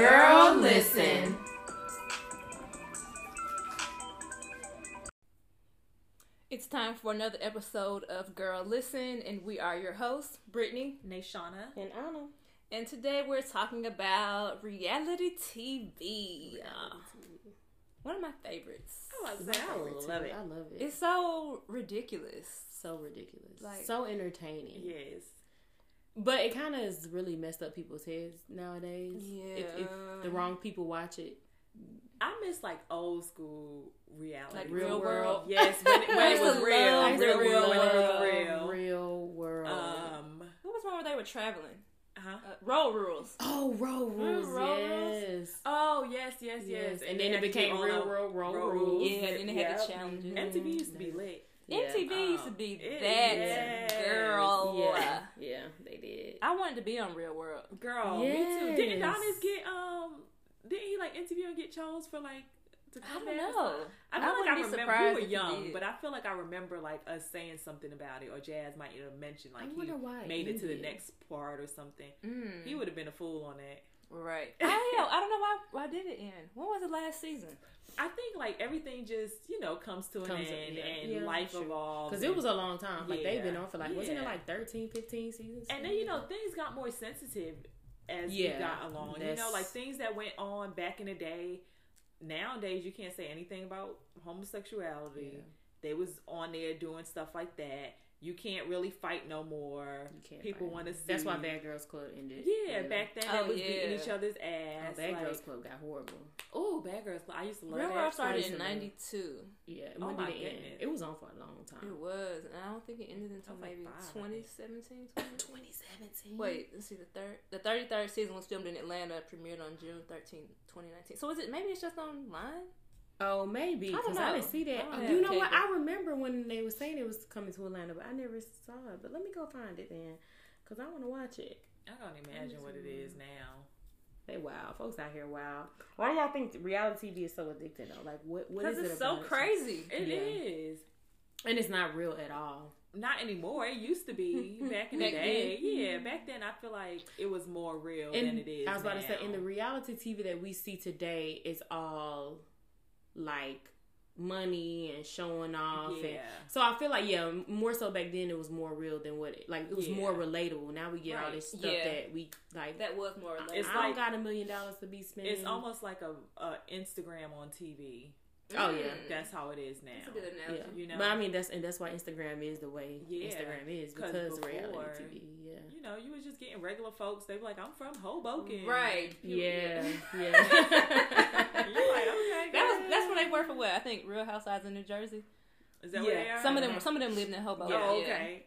Girl, listen. It's time for another episode of Girl Listen, and we are your hosts, Brittany Nashana. And Anna. and today we're talking about reality TV. Uh, one of my favorites. I love it. I love it. It's It's so ridiculous, so ridiculous. Like- so entertaining. Yes. But it kind of is really messed up people's heads nowadays. If, if Yeah. the wrong people watch it. I miss like old school reality. like Real real, world. world. Yes, when it, when I it used was to real. love Real the world when it was real. real. Real world. Um, What was wrong with they were traveling? huh? Uh, road rules. oh, road rules. road yes. rules? Oh, yes, yes, yes. Yes. And, then it they became had to do all real world the- road, road rules. rules. Yeah, and then they had Yep. the challenges. Mhm. MTV used to be lit. Yeah. MTV used to Um, be it- that yes. Oh. girl. Yeah. Yeah, they did. I wanted to be on Real World. Girl, me too. Yes. Didn't Adonis get um? Didn't he like interview and get chose for like? To I come don't back or know. something? I I feel like wouldn't I be remember we surprised were if he young, did. but I feel like I remember like us saying something about it, or Jazz might even mention like I he wonder why. made it to the ended. next part or something. Mm. He would have been a fool on that. Right. I don't know. I don't know why. Why did it end? When was the last season? I think like everything just you know comes to an Comes to- end yeah. and Yeah, life true. evolves. Because it was a long time. Like, they've been Yeah. on for like, wasn't it Yeah. like 13, 15 seasons? and then you know things got more sensitive as Yeah, we got along. You know, that's- like things that went on back in the day. Nowadays, you can't say anything about homosexuality. Yeah. They was on there doing stuff like that. You can't really fight no more. You can't People fight want to them. see. That's why Bad Girls Club ended. Yeah, really. back then Oh, they was beating yeah. each other's Oh, ass. Bad like, Girls Club got horrible. oh, bad girls. Club. I used to love Real that. World started season. in '92. Yeah, Oh, when my did it end? goodness. It was on for a long It time. was, and I don't think it ended until was like maybe five, I think. 2017. 20? 2017. Wait, let's see. The third, the 33rd season was filmed in Atlanta, premiered on June 13, 2019. So is it maybe it's just online? Oh, maybe. I don't Because I, know. Oh, didn't see that. I don't you know have what? cable. I remember when they were saying it was coming to Atlanta, but I never saw it. But let me go find it then. Because I want to watch it. I can't imagine what it is now. They wow. Folks out here wow. Why do y'all think reality TV is so addicting though? Like, what, what Because is it it's so about it? crazy. It Yeah. is. And it's not real at all. Not anymore. It used to be back in the Back day. Yeah, back then I feel like it was more real than And it is. I was about now. to say, in the reality TV that we see today is all like money and showing off and yeah, So I feel like yeah, more so back then it was more real than what it like it was Yeah. more relatable. Now we get all Right. this stuff Yeah. that we like. That was more. Or It's I like- don't got a million dollars to be spending. it's almost like a, a Instagram on TV. oh, yeah. That's how it is now. Mm. That's a good yeah. analogy. you know. But I mean that's and that's why Instagram is the way Yeah. Instagram is 'Cause because before- reality TV. Yeah. You know, you was just getting regular folks. They were like, "I'm from Hoboken," Right. Yeah, yeah. And You're like, "Oh." That okay, girl. was that's where they were for what I think Real Housewives in New Jersey. Is that where yeah. they are? Some of them some of them lived in Hoboken. Oh, yeah. okay.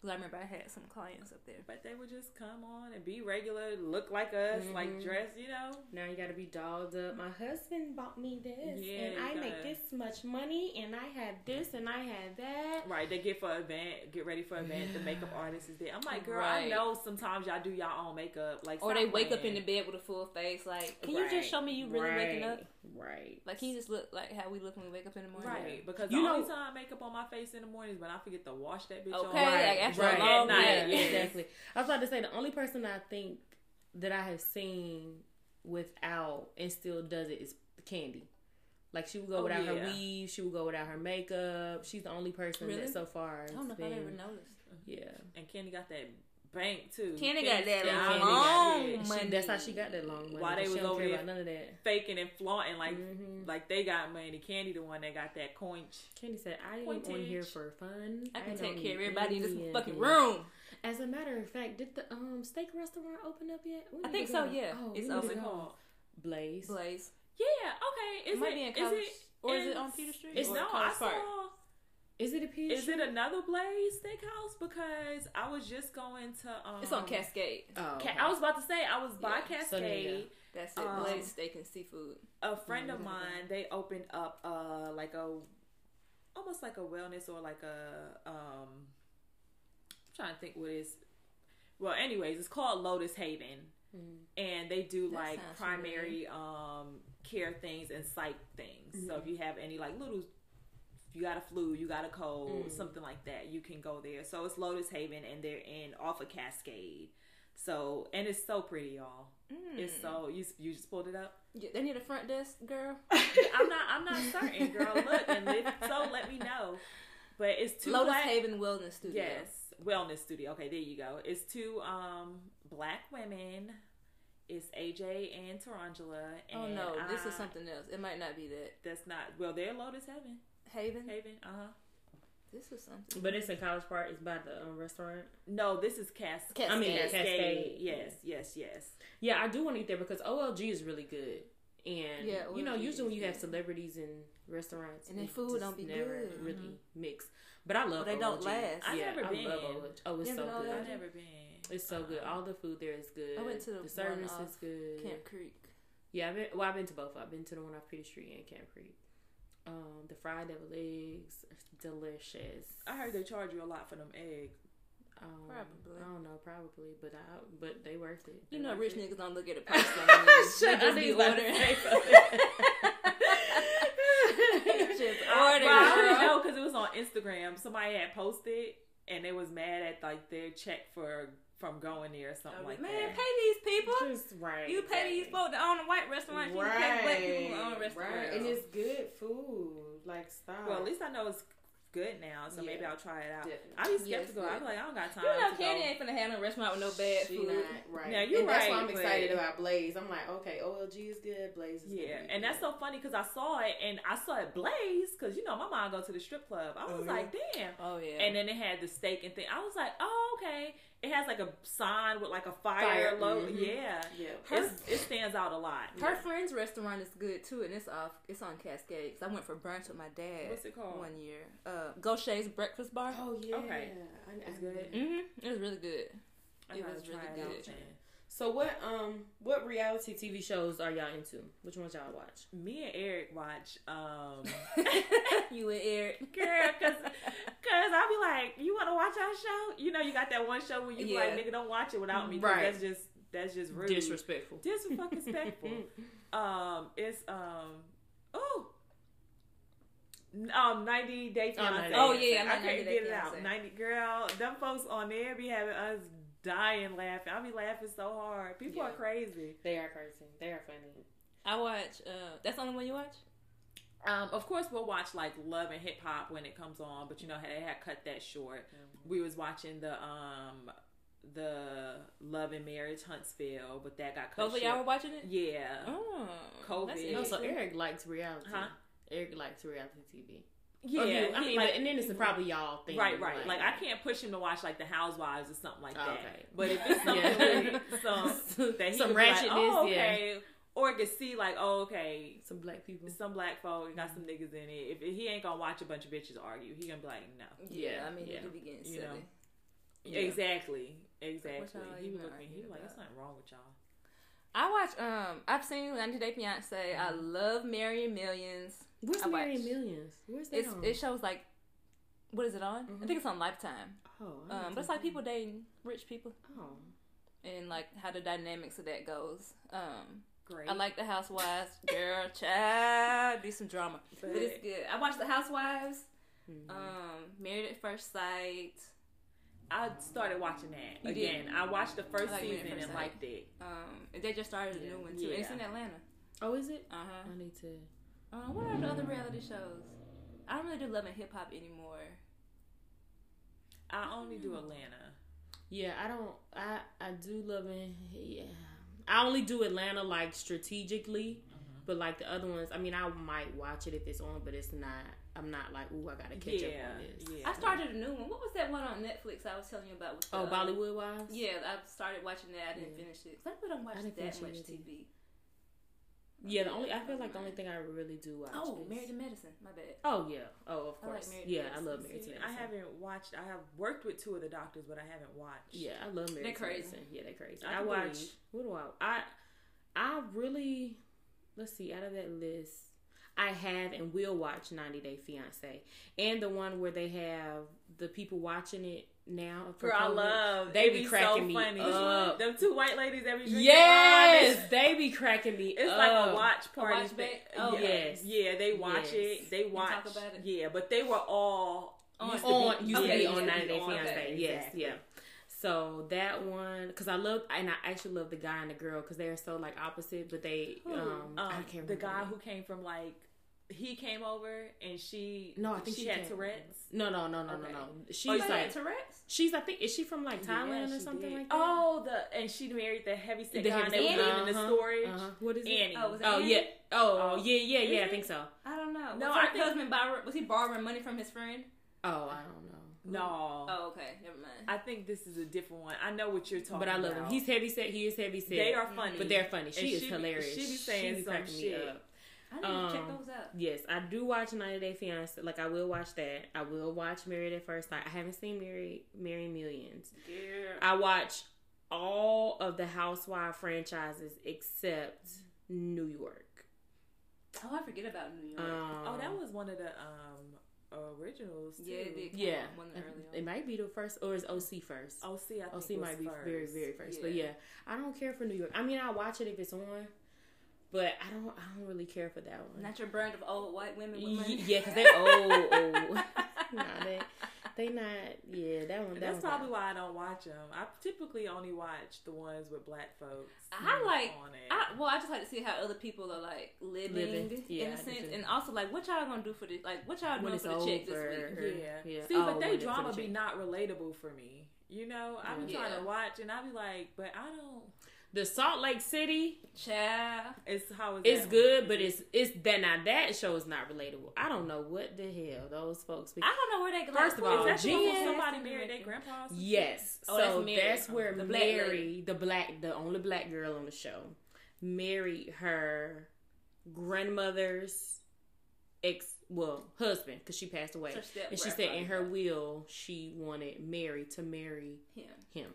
'Cause I remember I had some clients up there. But they would just come on and be regular, look like us, like dress, you know. Now you gotta be dolled up. My husband bought me this, Yeah, and you I gotta- make this much money, and I had this, and I had that. Right, they get for an event, get ready for an event. The makeup artist is there. I'm like, girl, I Right. know sometimes y'all do y'all own makeup, like, Or they stop wake up in playing. the bed with a full face, like, can you Right. just show me you really waking up? Right. Like, can you just look like how we look when we wake up in the morning? Right, because You the know- only time I makeup on my face in the morning is when I forget to wash that bitch Okay, on. like after right. a long At night. Yeah, night, yes. exactly. I was about to say the only person I think that I have seen without and still does it is Candy. Like she would go Oh, without her yeah. weave, she would go without her makeup. She's the only person Really? that so far has I don't know if I been. ever noticed. Yeah, And Candy got that bank too. Candy got that Yeah, Candy long got it. She- money. that's how she got that long money. Why they she was don't over care there- about none of that. faking and flaunting like Mm-hmm. Mhm. like they got money. Candy the one that got that coinch. Candy said, "I am Pointage. on here for fun. I can don't take care of need everybody in this anything." fucking room. As a matter of fact, did the um steak restaurant open up yet? We I need think to so, go. yeah. Oh, we It's need to What's open. it go. called? Blaze. Blaze. Yeah. Okay. Is It might it, be in is college. it or is it in- on Peter Street? it's or no, I College saw. Park? Is it a peach? Is it another Blaze Steakhouse? Because I was just going to. Um, It's on Cascade. Oh, Ca- I was about to say I was by Yeah, Cascade. so there you go. That's it. Um, Blaze steak and seafood. a friend of mine they opened up uh like a almost like a wellness or like a um I'm trying to think what is well anyways it's called Lotus Haven and they do Mm-hmm. That like sounds primary um care things and psych things so Mm-hmm. if you have any like little if you got a flu you got a cold Mm. something like that you can go there so it's Lotus Haven and they're in off of Cascade so and it's so pretty y'all mm. It's so you you just pulled it up. Yeah, they need a front desk girl. I'm not I'm not certain, girl. Look and let, so let me know. But it's two Lotus black. Haven Wellness Studio. Yes, wellness studio. Okay, there you go. It's two um black women. It's AJ and Tarantula. And Oh no, this is I- something else. It might not be that that's not well. They're Lotus Heaven. Haven. Haven. Uh huh. This is something. But it's in College Park. It's by the um, restaurant. No, this is Cas. Cascade. I mean, Cascade. Cascade. Yes, yes, yes. Yeah, I do want to eat there because OLG is really good. And Yeah, you know, OLG usually when is you have good. celebrities in restaurants, And their it food just don't be never good. Mm-hmm. really mix. But I But love. they don't OLG. last. I've yeah, never I been. love OLG. Oh, it's You so haven't good. been I've OLG? never been. Uh-huh. It's so good. All the food there is good. I went to the one the service off is good. Camp Creek. Yeah, I've been, well, I've been to both. I've been to the one off Peter Street and Camp Creek. Um, the fried devil eggs, are delicious. I heard they charge you a lot for them eggs. Um, Probably. I don't know, probably, but I but they worth it. You They know, worth rich it. niggas don't look at a price like Shut They up. just be ordering. Just I, order, well, I girl. already know because it was on Instagram. Somebody had posted and they was mad at like their check for from going there or something like Oh, Man, that. pay these people. Just right. You pay these exactly. folk to own a white restaurant. You pay black people to own a restaurant. right. And it's good food. Like stop. Well, at least I know it's good now, so maybe Yeah. I'll try it out. Definitely. I be Yeah, it's skeptical. I be good. like, I don't got time. you know, to Candy go. ain't finna have no restaurant with no bad She food. not right. Now, you and That's why right, I'm but- excited about Blaze. I'm like, okay, OLG is good. Blaze is Yeah, gonna be and that's good. so funny because I saw it and I saw it blaze because you know my mom go to the strip club. I Oh, was yeah. like, damn. Oh yeah. And then it had the steak and thing. I was like, oh okay. It has like a sign with like a fire, Fire, logo. mm-hmm. mhm. Yeah, yeah. it's, it stands out a lot. her friend's restaurant is good too, and it's off. It's on Cascades. I went for brunch with my dad What's it called? one year. Uh, Gaucher's Breakfast Bar. Oh yeah. Okay. I, It's I- good. hmm It was really good. I It gotta was try really out good. then. So what um what reality TV shows are y'all into? Which ones y'all watch? Me and Eric watch, um, you and Eric. girl, cause, cause I be like, you want to watch our show? You know, you got that one show where you be like, Yeah. nigga, don't watch it without me. 'cause Right. That's just that's just rude. Disrespectful. disrespectful. um, it's um, oh, um, ninety day Oh, 90 fiance. Oh, yeah, I'm I on 90 couldn't Day get it out. Fiancé. Ninety girl, them folks on there be having us dying laughing. I be laughing so hard. People are Yeah. crazy. They are crazy. They are funny. I watch. Uh, that's the only one you watch. Um, of course, we'll watch like Love and Hip Hop when it comes on, but you know they had cut that short. We was watching the um. The Love and Marriage Huntsville, but that got cut. Both of y'all were short. watching it. Yeah, Oh, COVID. that's No, No, so interesting. Eric likes reality. Huh? Eric likes reality TV. yeah. Or you- I he- mean, like- but, and then it's probably y'all thing. Right, right. Like, I can't push him to watch like The Housewives or something like Oh, that. okay. But if it's something Yeah. with some that he some could be like, ratchetness, oh, yeah. okay, or he could see like, oh, okay, Some black people. some black folk got some niggas in it. If he ain't gonna watch a bunch of bitches argue, he gonna be like, no, Yeah, Yeah, I mean, yeah. it could be getting silly. You know. Yeah. exactly, exactly. y'all He even was looking, he arguing was like, about? there's nothing wrong with y'all. I watch. Um, I've seen 90 Day Fiance. I love Marrying Millions. Where's I Mary watch. Millions? Where's that It's on? it shows like, what is it on? I Mhm. think it's on Lifetime. oh, I Um, need but to- it's like people dating rich people Oh, and like how the dynamics of that goes. Um, Great. I like the Housewives. Girl, child, do some drama, but it's good. I watch the Housewives. Um, Married at First Sight. I started watching that You did. again. I watched the first I like season Married at First and Sight. liked it. Um, and they just started a Yeah. new one too. And it's in Yeah. Atlanta. oh, is it? Uh huh. I need to. Uh, what are the other reality shows? I don't really do love and hip hop anymore. I only do Atlanta. Yeah, I don't. I I do love it. Yeah, I only do Atlanta like strategically, but like the other ones, I mean, I might watch it if it's on, but it's not. I'm not like, ooh, I gotta catch yeah, up on this. yeah. I started a new one. What was that one on Netflix I was telling you about? With the, uh, Oh, Bollywood wise. Yeah, I started watching that. I didn't Yeah. finish it. 'Cause I really don't watch I didn't that finish much it either. TV. yeah. The only I feel like the only thing I really do watch. Oh, is- Married to Medicine. My bad. Oh yeah. Oh, of I like course. Married to yeah, I Medicine. love Married to See, Medicine. I haven't watched. I have worked with two of the doctors, but I haven't watched. Yeah, I love Married They're to crazy. Medicine. Yeah, they're crazy. I I, can watch. believe. What do I? I I really let's see. Out of that list, I have and will watch 90 Day Fiance and the one where they have the people watching it now. for Girl, I COVID. love. They it be cracking me funny. up. Them two white ladies every drink. Yes, they be cracking me. It's up. like a watch party. watch thing. back? Oh, yeah. yes. Yeah, they watch Yes. it. They watch. talk about it? Yeah, but they were all On- used to on be, used to yeah, be used on to 90 Day on Fiance. that, Yes, exactly. yeah. So that one, because I love, and I actually love the guy and the girl because they're so like opposite, but they, Who? Oh, um, I can't remember. the guy who came from like he came over and she No, I think she, she had came. Tourette's. No, no, no, no, Okay. no, no. She's Oh, you like, said Tourette's? she's I think is she from like Yeah, Thailand or she something did. like that? Oh, the and she married the heavy set The guy. hip- They were living in the Uh-huh, storage. uh-huh. What is it? Annie. Oh, was it Oh Annie? yeah. Oh. Oh yeah, yeah, yeah. Is I it? think so. I don't know. No, was her I think- husband borrow, was he borrowing money from his friend? Oh, I don't know. no, Oh, okay, never mind. I think this is a different one. I know what you're talking. But I love him. about. He's heavy set. He is heavy set. they are funny, But they're funny. She she is be- hilarious. she be saying some cracking me shit. up. I need to check um, those out. Yes, I do watch 90 Day Fiance. Like I will watch that. I will watch Married at First Sight. I haven't seen Married Married Millions. I watch all of the Housewife franchises except New York. Oh, I forget about New York. Um, Oh, that was one of the um originals. Too. yeah, it did. come yeah. out One of the early It might be the first, or is OC first? OC, Oh, I OC think was might be first. very, very first. But Yeah. yeah, I don't care for New York. I mean, I watch it if it's on, but I don't. I don't really care for that on. one. Not your brand of old white women with money. Ye- yeah, because they old, old. Nah, they- They not. Yeah, that one. That That's one's probably out. why I don't watch them. I typically only watch the ones with black folks. I like- on it. I, well, I just like to see how other people are like living, Living. Yeah, in I a do sense, too. and also like what y'all gonna do for the like what y'all when doing it's for the over. chick this week. Yeah. yeah. See, Oh, but when they it's for drama the be chick. not relatable for me. You know, I be Yeah. trying to watch and I be like, but I don't. The Salt Lake City Child, It's how is is that? good, but it's it's that now that show is not relatable. I don't know what the hell those folks. Be- I don't know where they. Like, First of who all, is that the one where Yes. somebody married their grandpa. or some Yes. Oh, so that's that's, Mary. where The black Mary, lady. the black, the only black girl on the show, married her grandmother's ex, well, husband, because she passed away. So she said and she said in her will, she wanted Mary to marry him him.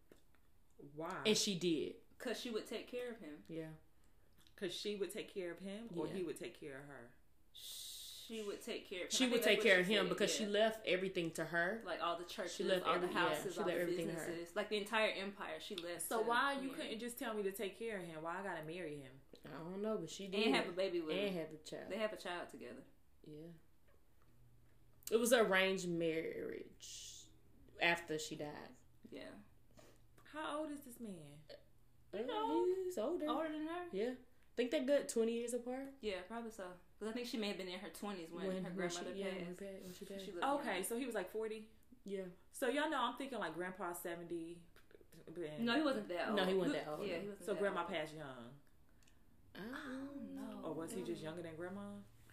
shit? Why? And she did. because she would take care of him. Yeah. Because she would take care of him, or Yeah. he would take care of her. She would take care of him. She I would think that's take what care of she him said, because yeah. she left everything to her. like all the churches, She left all every- the yeah, houses, she all left the everything to her. businesses, like the entire empire. She left. So to why you marry. couldn't just tell me to take care of him? Why I gotta marry him? I don't know, but she did. and have a baby with? and him. have a child. They have a child together. yeah. It was an arranged marriage after she died. Yeah, How old is this man? know, He's older. older than her. Oh, Yeah. Think they're good 20 years apart. Yeah, probably so. Because I think she may have been in her twenties when, her grandmother she, yeah, passed. when pa- when She she passed. lived Okay, around. so he was like forty. Yeah. So y'all know I'm thinking like grandpa seventy. and- No, he wasn't that old. No, he wasn't that old. Yeah, he wasn't. So that grandma old. passed young, I "Oh, know. or was he just younger than grandma?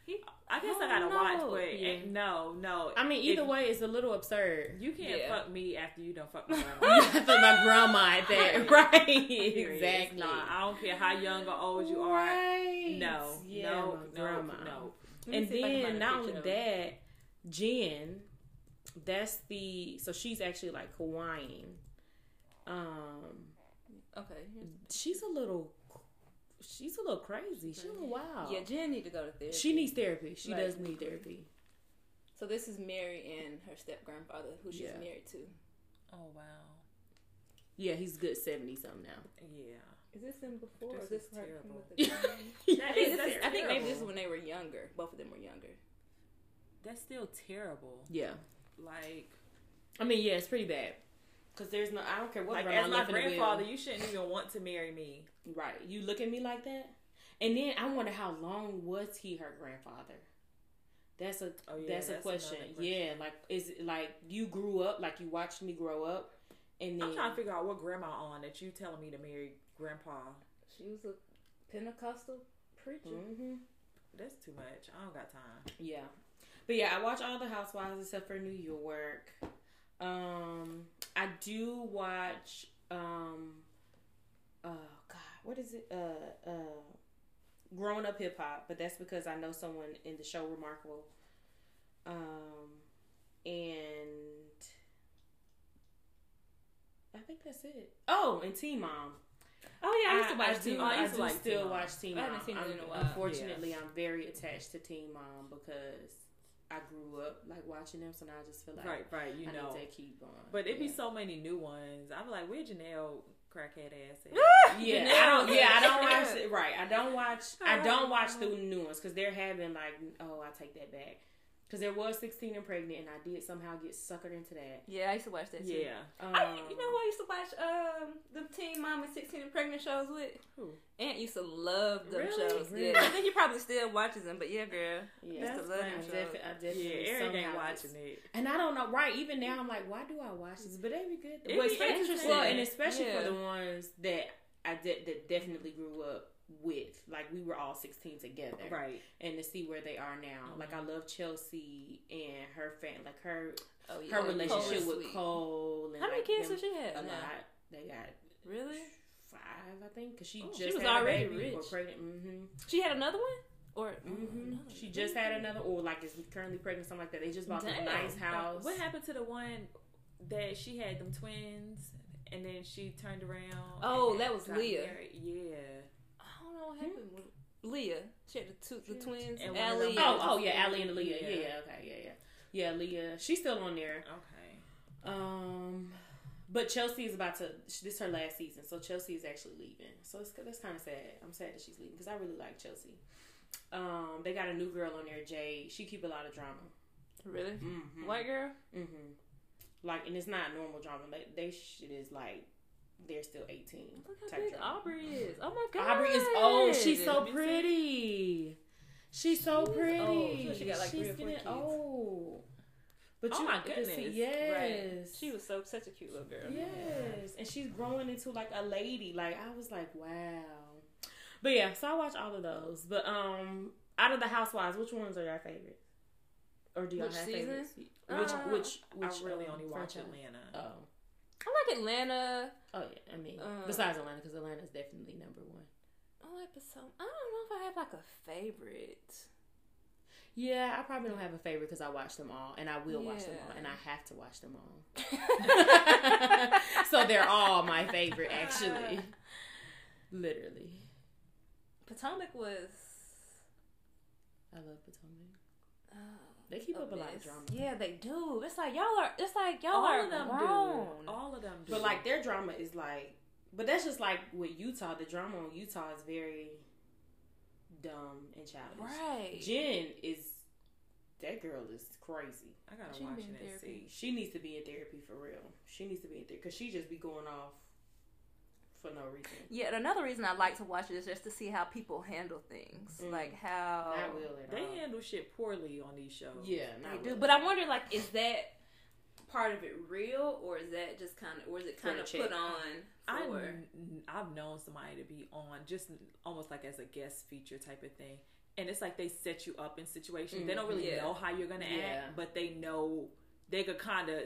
He- I guess I, Oh. I gotta don't watch, know. but Yeah. ain't- no, no. I mean, either If- way, it's a little absurd. You can't Yeah. fuck me after you don't fuck my I grandma. feel my grandma at that. Right. exactly. Nah, I don't care how young or old you are. Right. No, Yeah, no, my no, grandma. no. Let me And see if I can then find a not picture only of him. that, Jen, that's the so she's actually like Hawaiian. Um, Okay. she's a little, she's a little crazy. She's a little wild. Yeah, Jen need to go to therapy. oh. She needs therapy. She Like- does need therapy. So this is Mary and her step grandfather, who she's Yeah. married to. Oh wow. Yeah, he's good seventy something now. Yeah. Is this them before? This or this is her terrible. with the grandma? I think, That's this- I think maybe this is terrible. when they were younger. Both of them were younger. That's still terrible. yeah, Like, I mean, yeah, it's pretty bad. Cause there's no, I don't care what like grandma as my left in the will. grandfather, you shouldn't even want to marry me. Right, you look at me like that, and then I wonder how long was he her grandfather? That's a Oh, yeah, that's, a that's question. another Yeah, like is it like you grew up, like you watched me grow up, and then I'm trying to figure out what grandma on that you telling me to marry grandpa. She was a Pentecostal preacher. hmm That's too much. I don't got time. yeah, but yeah, I watch all the Housewives except for New York. Um, I do watch um, oh God, what is it? Uh, uh, Grown Up Hip Hop, but that's because I know someone in the show Remarkable. Um, and I think that's it. Oh, and Teen Mom. Oh yeah, I used to I, watch I Teen do, Mom. I I used to do like still Teen Mom. watch Teen I Mom. haven't seen it I'm- in a while. Unfortunately, I'm very attached to Teen Mom because I grew up like watching them, so now I just feel like right, right. You I know. need to keep going. But it'd be Yeah. so many new ones. I'm like, where Janelle crackhead ass at? Mm-hmm. Yeah, Janelle. I don't. Yeah, I don't watch. it- Right, I don't watch. I don't watch Oh. the new ones because they're having like. Oh, I take that back. Because there was 16 and pregnant, and I did somehow get suckered into that. Yeah, I used to watch that. Too. Yeah. Um, I, you know who I used to watch um the Teen Mom and Sixteen and Pregnant shows with? Who? Aunt used to love them Really? shows. Really? Yeah, I think he probably still watches them. But yeah, girl, Yeah, That's the love I show. defi- I definitely yeah, Eric ain't somehow- watching it. And I don't know, right? Even now, I'm like, why do I watch this? But they be good. It'd well, be especially- interesting. Well, and especially Yeah. for the ones that I de- that definitely grew up with, like we were all 16 together, Right. And to see where they are now, like I love Chelsea and her fan, like her oh her Cole relationship is with sweet. Cole. And How many like, kids them- does she have? A now? lot. They got Really? five, I think, because she Oh, just she was had a already baby or rich. Oh, pregnant. hmm She had another one, or hmm another. She just had another, or like is currently pregnant, something like that. They just bought a Damn. nice house. What happened to the one that she had them twins and then she turned around? Oh, and that was got Leah. married? Yeah. I don't know what happened. with Leah, she had the two, the Yeah. twins, And one of Allie. them- Oh, oh yeah, Allie and Leah. Yeah. Yeah, yeah, okay, yeah, yeah. Yeah, Leah. She's still on there. Okay. Um, but Chelsea is about to. sh- This is her last season, so Chelsea is actually leaving. So it's, that's kind of sad. I'm sad that she's leaving because I really like Chelsea. Um, they got a new girl on there, Jay. She keep a lot of drama. really? Mm-hmm. White girl? Mm-hmm. Like, and it's not normal drama. Like, they shit is like they're still 18. Look how type big drama. Aubrey is. Oh my god. Aubrey is old. She's so Let me see. pretty. She's so She is pretty. old. So she got, like, She's three or four getting kids. old. But Oh you, my you can see- goodness. yes, Right. She was so such a cute little girl. yes, and she's growing into like a lady. Like I was like, wow. But yeah, so I watch all of those. But um, out of the housewives, which ones are your favorites? Or do y'all Which have season? favorites? Which Uh, which which I really um, only watch franchise? Atlanta. Oh, I like Atlanta. oh yeah. I mean, Uh, besides Atlanta, because Atlanta is definitely number one. I like the song. Oh, I don't know if I have like a favorite. Yeah, I probably don't have a favorite because I watch them all, and I will watch them all, Yeah. and I have to watch them all. so they're all my favorite, actually. Literally, Potomac was. I love Potomac. uh, They keep up a lot of mess. drama. Yeah, they do. It's like y'all are. It's like y'all All are of them grown. do. All of them do. But like their drama is like, but that's just like with Utah. The drama on Utah is very dumb and childish. Right. Jen is that girl is crazy. I gotta She watch been it and therapy. see. She needs to be in therapy for real. She needs to be in therapy because she just be going off for no reason. Yeah, and another reason I like to watch it is just to see how people handle things, Mm. like how Not will at all. They handle shit poorly on these shows. Um, Yeah, not they do. will. But I wonder, like, is that part of it real, or is that just kind of, or is it For kind the of check. put on I, for? I've known somebody to be on just almost like as a guest feature type of thing. And it's like they set you up in situations. They don't really Mhm. Yeah. know how you're going to Mm, Yeah. Mm. act, but they know they could kind of,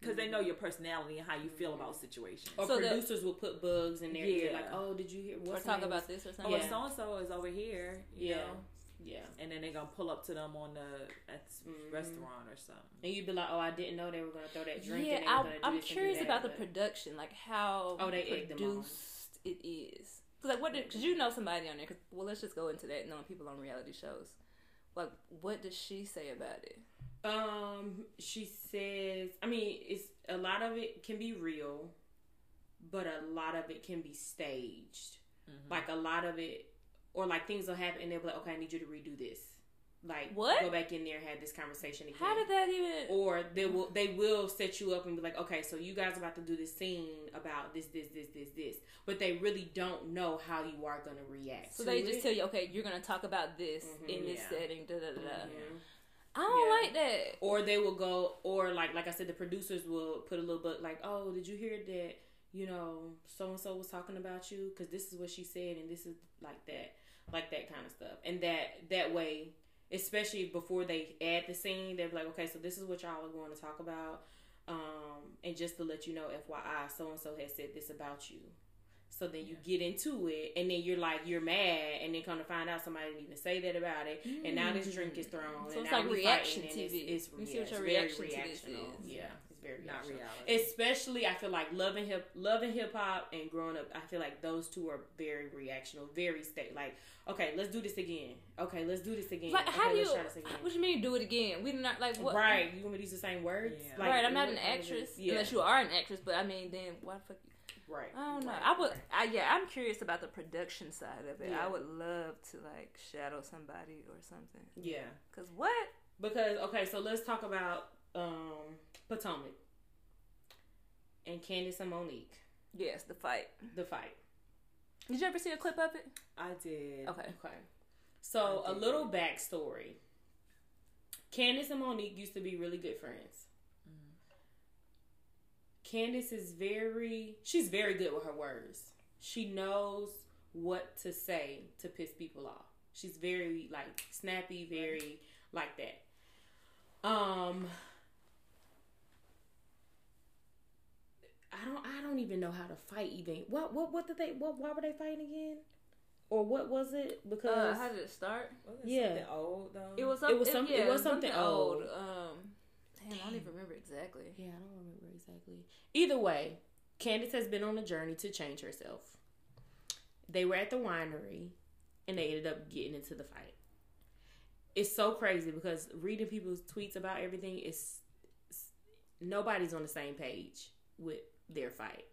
because they know your personality and how you feel about situations. Or So the- producers will put bugs in there. Yeah. Yeah. Like, oh, did you hear? or What's talk her name Oh, about was- this or Or something? if Mm, Yeah. so and so Oh, is over here, you Yeah. know, Yeah. and then they're going to pull up to them on the at s- Mhm. restaurant or something. And you'd be like, oh, I didn't know they were gonna throw that drink. yeah. and they were I, gonna do I'm this and do curious that, about the but- production, like how Oh, they egged them on. produced it is. Cause like what? Because you know somebody on there. 'cause- well, let's just go into that. Knowing people on reality shows, like what does she say about it? Um, she says, I mean, it's a lot of it can be real, but a lot of it can be staged. Mm-hmm. Like a lot of it, or like things will happen, and they'll be like, okay, I need you to redo this. Like, What? Go back in there and have this conversation again. Oh, How did that even? or they will they will set you up and be like, okay, so you guys about to do this scene about this, this, this, this, this, but they really don't know how you are gonna react. So to they it. just tell you, okay, you're gonna talk about this Mhm. in this Yeah. setting. Da da da. da. Mhm. I don't Yeah. like that. Or they will go, or like like I said, the producers will put a little book like, oh, did you hear that? You know, so and so was talking about you because this is what she said, and this is like that, like that kind of stuff, and that that way, especially before they add the scene, they're like, okay, so this is what y'all are going to talk about, um, and just to let you know, FYI, so and so has said this about you. So then you get into it, and then you're like you're mad, and then come to find out somebody didn't even say that about it, and now this drink is thrown. So and it's now like we reaction fighting, and TV. It's, it's, You see yeah, what your it's very reaction to this reactional. is. Yeah, it's very Not reactional. reality. Especially, I feel like loving hip, loving hip hop, and growing up. I feel like those two are very reactional, very state. Like, okay, let's do this again. Okay, let's do this again. Mm. Like, okay, how do you? let's try this again. What you mean? Do it again? We not like what? Right, you gonna use the same words? Yeah. right. I'm not what- an actress Yeah. unless you are an actress. But I mean, then why the fuck? Right. I don't know. right, I would. right. I, yeah, I'm curious about the production side of it. Yeah. I would love to like shadow somebody or something. Yeah. Cause what? Because okay, so let's talk about um Potomac and Candace and Monique, Yes, the fight. the fight. Did you ever see a clip of it? I did. Okay. Okay. So I a did. little backstory. Candace and Monique used to be really good friends. Candace is very she's very good with her words. She knows what to say to piss people off. She's very like snappy, very like that. Um I don't I don't even know how to fight even. What what what did they what why were they fighting again? Or what was it? Uh, Because how did it start? Wasn't Yeah. something old um, though? It was It some, was some- it yeah, was something old. Um, damn, I don't even remember exactly. Yeah, I don't remember exactly. Either way, Candace has been on a journey to change herself. They were at the winery and they ended up getting into the fight. It's so crazy because reading people's tweets about everything is it's- nobody's on the same page with their fight.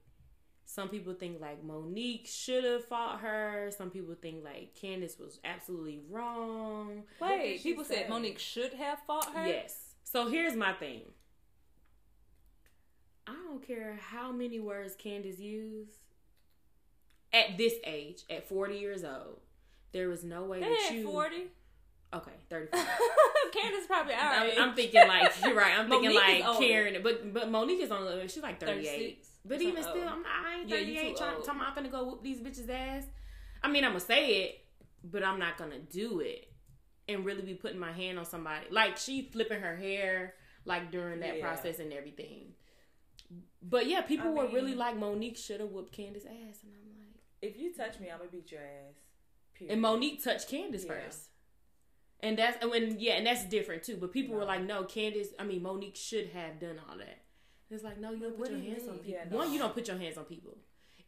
Some people think like Monique should have fought her. Some people think like Candace was absolutely wrong. What did Wait, she people say? said Monique should have fought her. Yes. So here's my thing. I don't care how many words Candace used. At this age, at 40 years old, there is no way They that had you. forty. Okay, 35. Candace probably all I'm, right. I'm thinking like you're right. I'm thinking Monique is like older. Karen, but but Monique is on. She's like 38. 36. But That's even not still, old. I'm not, I ain't oh. Yeah, you 38 too trying, old. talking about I'm finna go whoop these bitches' ass. I mean, I'm gonna say it, but I'm not gonna do it and really be putting my hand on somebody. Like, she flipping her hair, like, during that Yeah. process and everything. But yeah, people I were really mean- like, Monique should have whooped Candace' ass. And I'm like, If you touch me, I'm gonna beat your ass. Period. and Monique touched Candace Yeah. first. And that's, and when, yeah, and that's different too. But people were No. like, no, Candace, I mean, Monique should have done all that. It's like, no, you don't What put your do you hands on mean? people. Yeah, no. One, you don't put your hands on people.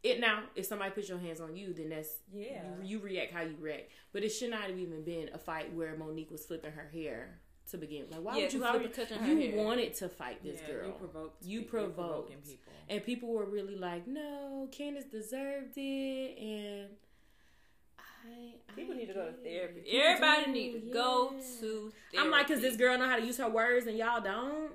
It now, if somebody puts your hands on you, then that's Yeah. you, you react how you react. But it should not have even been a fight where Monique was flipping her hair to begin. with. Like, why yeah, would you? why Flip would you it? touching her You hair? wanted to fight this Yeah, girl, You provoked. You people. You're provoking provoked. people. and people were really like, "No, Candace deserved it," and I. People I need to go to get it. therapy. People Everybody do, need to go yeah. to. I'm like, cause therapy. this girl know how to use her words and y'all don't.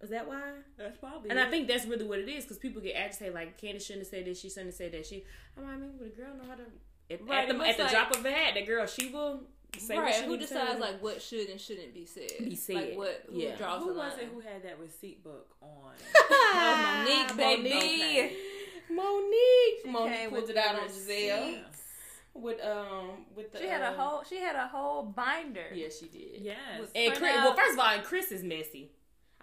Is that why? That's probably. And it. I think that's really what it is, because people get agitated. Like Candace shouldn't have said this. She shouldn't have said that. She. I'm like, I mean, but the girl know how to. At, at Right, it the, was at the like- drop of a hat, the girl she will say what right, she who needs to say. decides like what should and shouldn't be said? Be Like said. what? Who Yeah. draws Who the line? was it who had that receipt book on? That was Monique, baby. Monique, came Monique pulled with it out the on Giselle yeah. with um with the. She had a um, whole. She had a whole binder. Yeah, she did. Yes. Was- And Spread Chris, out. well, first of all, and Chris is messy.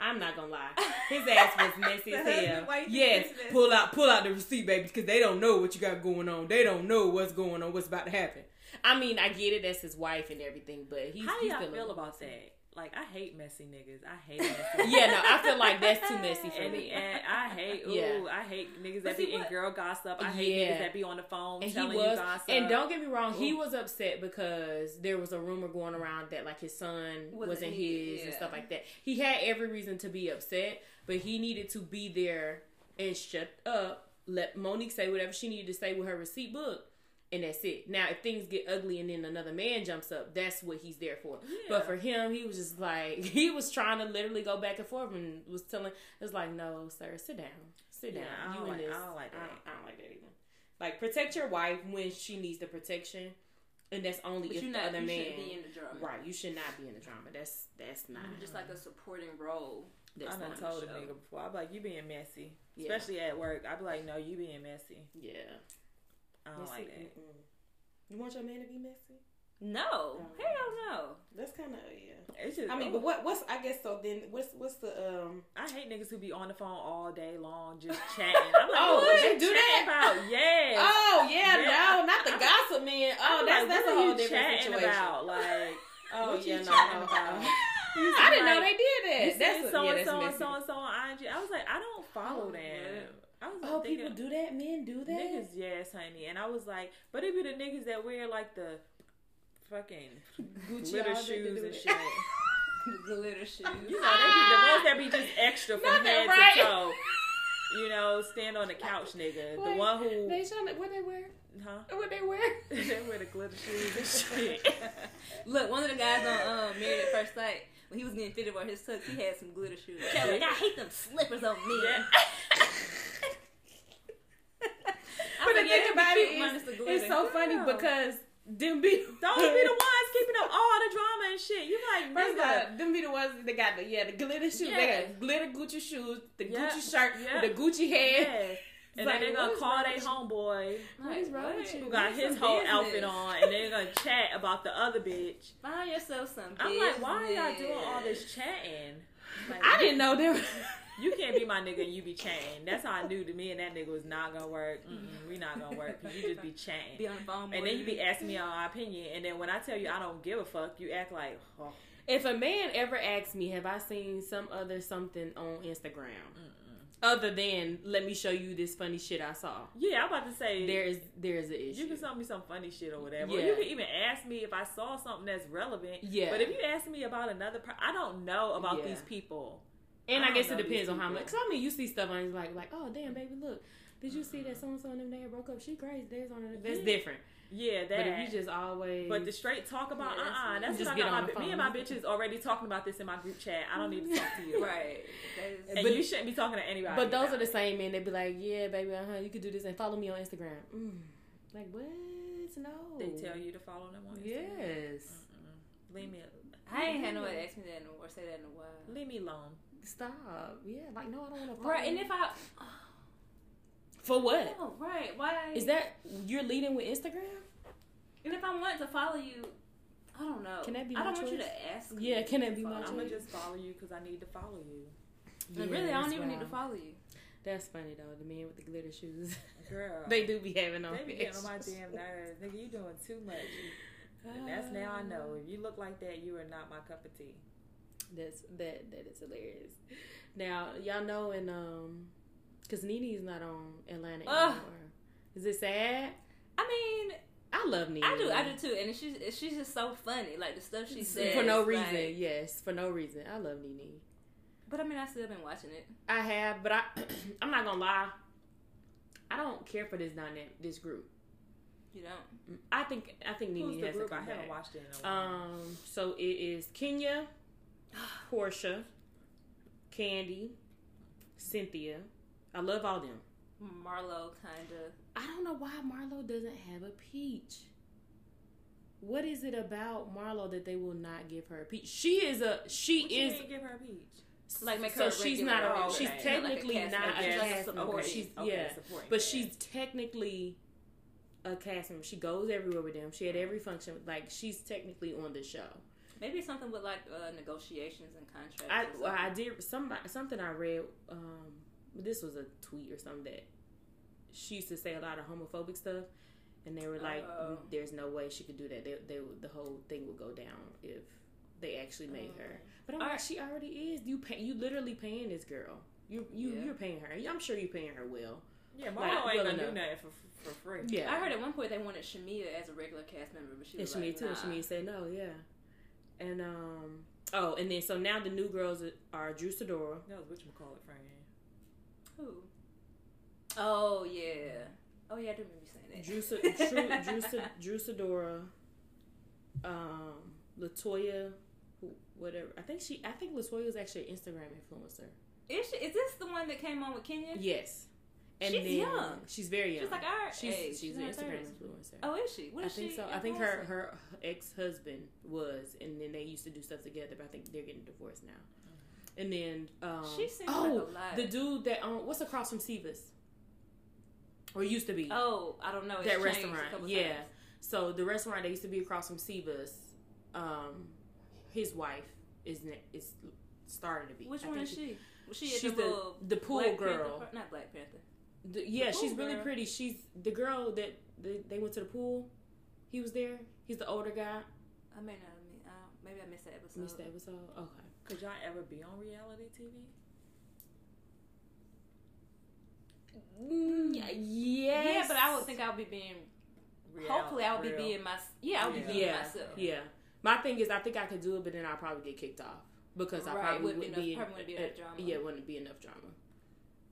I'm not gonna lie, his ass was messy as The husband, hell. why you think Yes, Chris messy? pull out, pull out the receipt, baby, because they don't know what you got going on. They don't know what's going on, what's about to happen. I mean, I get it. That's his wife and everything, but he's. How do he's y'all still a- feel about that? Like, I hate messy niggas. I hate messy. Yeah, no, I feel like that's too messy for And, me. he- and I hate, ooh, Yeah. I hate But niggas that be see, in what- girl gossip. I hate Yeah. niggas that be on the phone and he telling you was gossip. and don't get me wrong he Ooh. was upset because there was a rumor going around that like his son wasn't, Wasn't his his, and yeah. stuff like that he had every reason to be upset but he needed to be there and shut up let monique say whatever she needed to say with her receipt book and that's it now if things get ugly and then another man jumps up that's what he's there for but for him he was just like he was trying to literally go back and forth and was telling it was like no sir sit down sit Yeah, down I don't you and like- I this don't like I, that. don't, I don't like that either like protect your wife when she needs the protection, and that's only But if you're the not. other You man. shouldn't be in the drama. right, you should not be in the drama. That's that's not. Mm-hmm. You're just like a supporting role. that's I done not told a show. nigga before. I be like, you being messy. Yeah. Especially at work. I be like, no, you being messy. Yeah, I don't That's like it. that. Mm-mm. You want your man to be messy? No, hell That's kind of yeah. It's just, I mean, but what what's I guess so then what's what's the um I hate niggas who be on the phone all day long just chatting. I'm like, Oh, what they you do chatting that? about? Yes. Oh yeah, Yeah. no, not the gossip man. Oh, I'm that's like, that's a what are whole you different chatting situation. about? Like, Oh What you yeah, no, chatting no, about? no. you I didn't know like, they did You that. that's That's so yeah, and that's so and messy. so and so on IG. I was like, I don't follow Oh, them. man. I was like, Oh, people thinking, do that. Men do that. niggas, yes, honey. And I was like, but it be the niggas that wear like the fucking Gucci glitter all that to shoes do and that. shit. no. The glitter shoes. Ah! You know, they be the ones that be just extra from Nothing head right. to toe. you know, stand on the couch nigga. the Wait, one who, They trying to what they wear? huh? What they wear? they wear the glitter shoes and shit. Look, one of the guys on um, Married at First Sight, when he was getting fitted for his tux, he had some glitter shoes. Chad was like, I hate them slippers on me. Yeah. But the thing about it is, the glitter. It's so funny Yeah. because them be Those be the ones keeping up all the drama and shit. You like, First of nigga, all, them be the ones that got the yeah the glitter shoes. Yeah. They got glitter Gucci shoes, the Yeah. Gucci shirt, Yeah. the Gucci head. yes. And Like, then they gonna what is call wrong their with homeboy Like, What is wrong with what? you? who got That's his some whole business. outfit on, and they're gonna chat about the other bitch. Find yourself some I'm like, why are y'all doing business. all this chatting? Like, I didn't know they were. You can't be my nigga and you be chatting. That's how I knew to me and that nigga was not gonna work. Mm-mm, we not gonna work 'cause you just be chatting. Be on the phone. and more then you than- be asking me our opinion, and then when I tell you I don't give a fuck, you act like, oh, If a man ever asks me, have I seen some other something on Instagram? Other than let me show you this funny shit I saw. yeah, I'm about to say There is there is an You issue. can send me some funny shit or whatever. Or Yeah. you can even ask me if I saw something that's relevant. Yeah. But if you ask me about another, per- I don't know about Yeah. these people. and I, I don't guess it know these depends on how people. much. Cause I mean, you see stuff and it's like like, oh damn, baby, look. Did you see that so and so and them they broke up? She crazy. There's on her. That's Yeah. different. Yeah, that. But if you just always, But the straight talk about Yeah, uh that's uh what- that's Just what get I on got. the My, me phone. and my bitches already talking about this in my group chat. I don't need to talk to you. Right. That And is- But- you shouldn't be talking to anybody. but those about are it. the same men that be like, yeah, baby, uh huh, you could do this and follow me on Instagram. Mm. Like what? No. They tell you to follow them on Instagram. Yes. Mm-mm. Leave me. I ain't had no one ask me that in a, or say that in a while. Leave me alone. Stop. Yeah. Like no, I don't want to. follow Right, and you. if I, for what? oh, right, why? Is that you're leading with Instagram? and if I want to follow you, I don't know. Can that be I don't my want you choice? to ask. Yeah, me can to that be my follow I'm me. gonna just follow you because I need to follow you, And really, I don't Yes, even need wow. to follow you. That's funny though. The men with the glitter shoes, girl. they do be having on. They be getting on my damn nerves, nigga. You doing too much. And that's now I Uh. know. If you look like that, you are not my cup of tea. That's that. That is hilarious. Now y'all know, and um, cause Nene's not on Atlanta Ugh. anymore. Is it sad? I mean, I love Nene. I do, I do too, and she's she's just so funny, like the stuff she says for no like- reason. yes, for no reason. I love Nene. but I mean, I still been watching it. I have, but I, I'm not gonna lie. I don't care for this dynamic, this group. You don't. I think I think Nene Who's the has a group? I comeback. haven't watched it in a while. Um, so it is Kenya, Portia, Candy, Cynthia. I love all them. Marlo kind of. I don't know why Marlo doesn't have a peach. What is it about Marlo that they will not give her a peach? She is a she What you is mean give her a peach. Like, make so her a she's regular not a role. she's Okay. technically Like a cast not member. a Yes, cast member. okay. She's okay, yeah. supporting But cast. she's technically a cast member. She goes everywhere with them. She had every function. Like she's technically on the show. Maybe it's something with like uh, negotiations and contracts. I or well, I something. did some something I read. Um, this was a tweet or something that she used to say a lot of homophobic stuff, and they were like, Oh. "There's no way she could do that. They, they would- the whole thing would go down if they actually made Oh. Mm-hmm. her." But I'm All like, right. she already is. You pay, you literally paying this girl. You you Yeah. you're paying her. I'm sure you're paying her well. yeah, Marlo like, ain't well gonna do enough. nothing for, for free. Yeah, I heard at one point they wanted Shamia as a regular cast member, but she And was Shamia like, too. nah. And Shamia said no. Yeah, and um. Oh, and then so now the new girls are Drew Sidora, That was what you call it, friend. Who? Oh yeah. Oh yeah, I do remember you saying that. Drew, Drew, Drew, Drew Sidora, um, Latoya, who, whatever. I think she. I think Latoya is actually an Instagram influencer. Is, she, is this the one that came on with Kenya? Yes, She's young. She's very young. She's like our she's age. she's an in her Instagram 30s. influencer. Oh, is she? What I is think she? so. I think her influencing? her ex husband was, and then they used to do stuff together. But I think they're getting divorced now. And then um, Mm-hmm. She seems oh like a the lot. dude that um, what's across from Sivas, or used to be. oh, I don't know. It's that changed restaurant, A couple yeah. Times. So the restaurant that used to be across from Seba's, um, his wife is ne- is started to be. Which I one think is she? Was she She's at the, the little the pool Black girl. Panther, not Black Panther. The- yeah, The pool she's really girl. pretty. She's the girl that the, they went to the pool. He was there. He's the older guy. I may not. have mi- I don't- Maybe I missed that episode. Missed the episode. oh, Okay. Could y'all ever be on reality TV? Mm, yes. Yeah, but I would think I'll be being. hopefully, I'll be real. being my. Yeah, I'll be Yeah. being Yeah. myself. Yeah. My thing is, I think I could do it, but then I'll probably get kicked off because I Right, probably wouldn't wouldn't, be be. enough- probably wouldn't be enough uh, drama. Yeah, wouldn't be enough drama.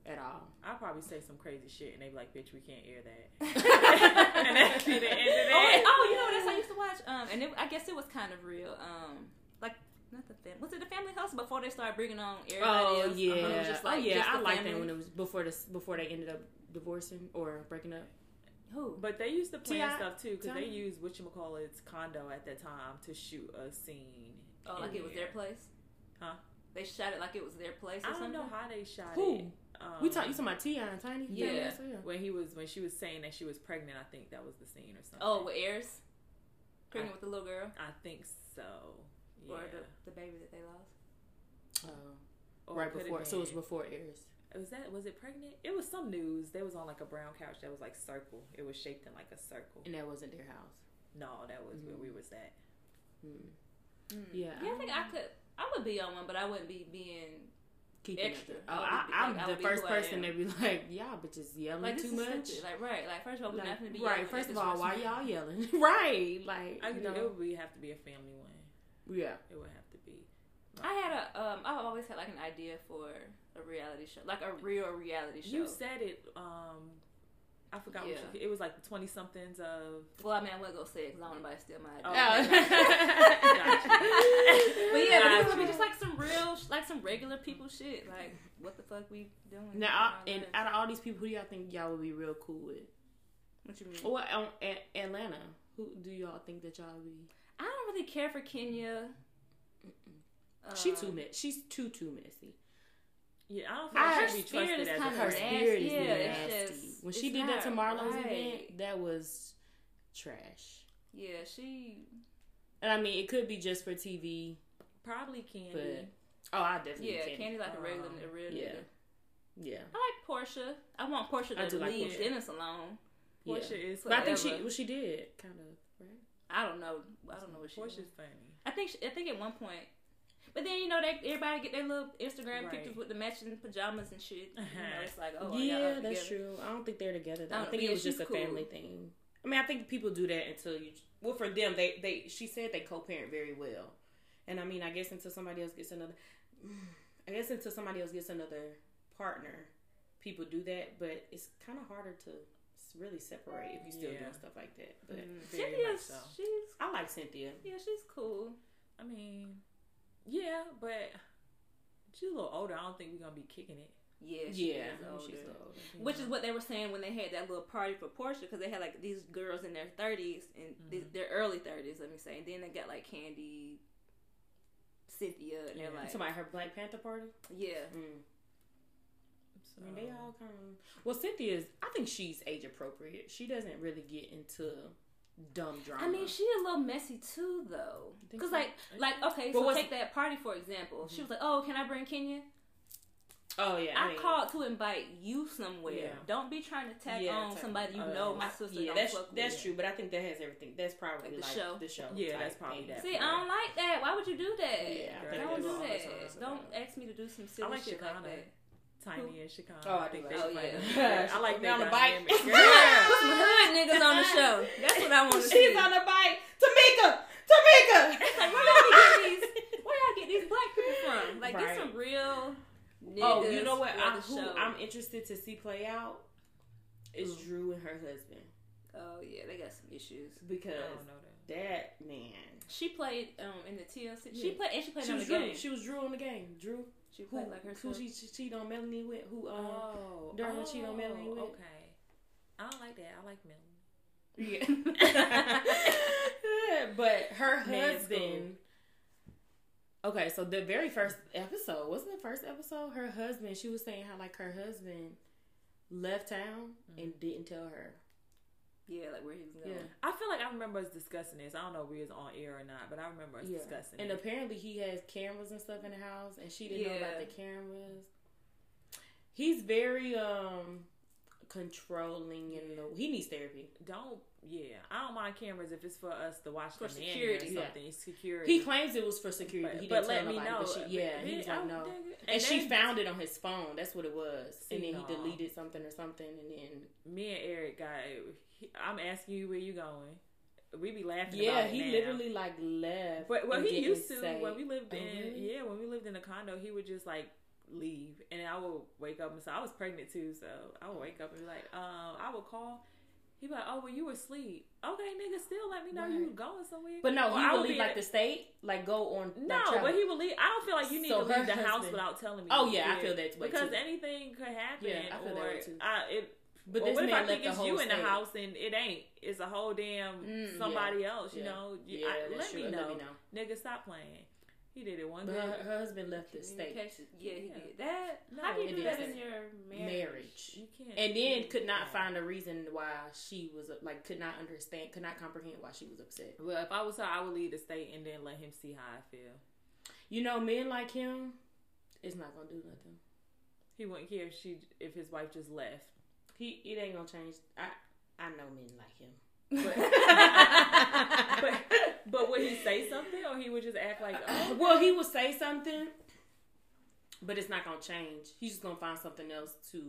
at all. I'll probably say some crazy shit and they be like, bitch, we can't air that. and that'd be the end of Oh, that. oh, you know what else I used to watch? Um, and it, I guess it was kind of real. Um, like not the fam- was it the Family House before they started bringing on everybody Oh else? yeah, Uh-huh. It was just like, oh yeah. just the I like that family. when it was before this before they ended up divorcing or breaking up. Who? But they used to plan T.I. stuff too because they Tiny. used whatchamacallit's condo at that time to shoot a scene. Oh, in like it was there. their place. Huh? They shot it like it was their place or I don't something. know how they shot it. Who? Um, we talk. You talking about Ti and Tiny? Yeah. Yes, yeah. when he was when she was saying that she was pregnant. I think that was the scene or something. Oh, with Eris, pregnant with the little girl I think so. Yeah. or the, the baby that they lost. Oh, Or right could have before. So it was been- before Aries. was that was it pregnant? It was some news. They was on like a brown couch that was like circle. It was shaped in like a circle. and that wasn't their house. No, that was where Mhm. we was at. Mm. Mm. Yeah, Yeah, I think I could. I would be on one, but I wouldn't be being Keeping up Extra. the- I Oh, would I, be- I'm like, I the would be first who I person am. to be like, y'all bitches yelling like too this is much. stupid. Like right, like first of all, we're Like, not gonna be yelling right, at first this of all, why person. y'all yelling? right, like I you could know, it would be, have to be a family one. yeah. It would have to be. I had a um I've always had like an idea for a reality show. Like a real reality show. You said it. Um, I forgot. What Yeah. you, it was like the twenty somethings of. well, I mean, I wasn't gonna say it 'cause I don't want nobody to steal my idea. Oh. But yeah, but it was Gotcha. gonna be just like some real, sh- like some regular people shit. Like, what the fuck we doing? now, I, in our and lives? out of all these people, who do y'all think y'all would be real cool with? what you mean? Or um, a- Atlanta? Who do y'all think that y'all would be? I don't really care for Kenya. she Um, too messy. She's too too messy. Yeah, I don't think I- I, Her should be spirit trusted is as kind a of Her person. nasty. spirit is Yeah, it's nasty. just- when she it's did that to not Marlo's right. event, that was trash. Yeah, she. And I mean, it could be just for TV, Probably Candy. but oh, I definitely Yeah, can. Candy like a regular, Um, a real yeah. nigga. Yeah, I like Portia. I want Portia I to do like leave Portia. Dennis alone. yeah. Portia is. But I think she Whatever. well she did kind of right. I don't know. I don't know what she. Portia's Portia. funny. I think. She, I think at one point. But then you know they everybody get their little Instagram Right. Uh-huh. pictures with the matching pajamas and shit. You know, it's like oh yeah, y'all that's together. true. I don't think they're together. Though. I I, don't- think yeah, it was she's just a cool. family thing. I mean, I think people do that until you. Well, for them, they they she said they co-parent very well, and I mean, I guess until somebody else gets another, I guess until somebody else gets another partner, people do that. But it's kind of harder to s- really separate if you still Yeah. doing stuff like that. But Mm-hmm. Mm-hmm. Very much Cynthia's, so. she's I like Cynthia. yeah, she's cool. I mean, yeah, but she's a little older. I don't think we're gonna be kicking it. Yeah, she Yeah, is older. she's still older. Which is what they were saying when they had that little party for Portia, because they had like these girls in their thirties and Mm-hmm. th- their early thirties, let me say. And then they got like Candy, Cynthia, and they're Yeah. like, Somebody her Black Panther party. yeah, Mm. So, I mean, Oh. they all kind of. Well, Cynthia's. I think she's age appropriate. She doesn't really get into dumb drama. I mean, she a little messy too, though. Think Because so? like, like okay, But so what's- take that party for example. She was like, "Oh, can I bring Kenya? oh yeah, I, mean, called to invite you somewhere. Yeah. Don't be trying to tack Yeah, on tack- Oh, somebody you uh, know. My sister Yeah, don't that's fuck that's with. true. But I think that has everything. That's probably Like like the the show. show. The show. Yeah, type that's probably thing. that. See, I don't like that. Why would you do that? Yeah, I think don't that's do all- that. that's all that's Don't about ask me to do some silly I like shit like Chicana. that. Tiny and Chicago. Oh, I do they like- fight. oh, yeah. I like She on that the bike. dynamic. Put some hood niggas on the show. That's what I want to see. She's on a bike. Tamika, Tamika. like, where y'all get these? Where y'all get these black people from? Like, get Right. some real. Niggas Oh, you know what? for I, the who show. I'm interested to see play out is Who? Drew and her husband Oh yeah, they got some issues. because I don't know Oh. that. that man. She played um in the TLC. She Yeah. played and she played She on was the Drew. game. She, She was Drew on the game. Drew, who, played like who herself. she she cheated on Melanie with? Who? Um, Oh, During when she on Melanie with- Okay, I don't like that. I like Melanie. Yeah. Uh, but her Man, it's husband. Okay, so the very first episode wasn't the first episode. Her husband, she was saying how like her husband left town and didn't tell her. yeah, like where he was going. Yeah. I feel like I remember us discussing this. I don't know if we was on air or not, but I remember us Yeah. discussing And it. apparently he has cameras and stuff in the house, and she didn't know about Yeah. the cameras. He's very um controlling and the, he needs therapy. don't yeah, I don't mind cameras if it's for us to watch For the nanny security. or Yeah. something. It's security. He claims it was for security. but, he but didn't let tell me nobody, know. but she, yeah, But he was bitch, I like, would no. dig it. and, she then found it on his phone. That's what it was. and See, then no. he deleted something or something, and then me and Eric got. He, I'm asking you where you going. We be laughing. yeah, about it he now. literally like left. But well, and he didn't used to say- when we lived Oh, in really? yeah when we lived in a condo. He would just like leave, and I would wake up and so I was pregnant too, so I would wake up and be like, um, I would call. He'd be like, oh, well, you were asleep. Okay, nigga, still let me know you Right. were going somewhere. But no, Or he I would be leave like the state, like go on. like, No, travel. but he would leave. I don't feel like you need So to leave the her house husband- without telling me. Oh yeah, I feel that way because too. anything could happen. Yeah, I feel that or way, too. I, it, But well, this what if man I left think the it's whole you in the state. house and it ain't? It's a whole damn Mm, yeah. somebody else. You Yeah. know, You- Yeah, I- that's let, true. me Let know. me know. nigga. Stop playing. He did it one But time. her, her husband left the state, Communication. Yeah, he Yeah. did that. No, How do it you do that is. in your marriage? marriage, You can't. and then could not find a reason why she was like could not understand, could not comprehend why she was upset. Well, if I was her, I would leave the state and then let him see how I feel. You know, men like him, it's not gonna do nothing. He wouldn't care if she, if his wife just left. He it ain't gonna change. I I know men like him. But, but would he say something, or he would just act like, oh, well, he would say something, but it's not gonna change. He's just gonna find something else to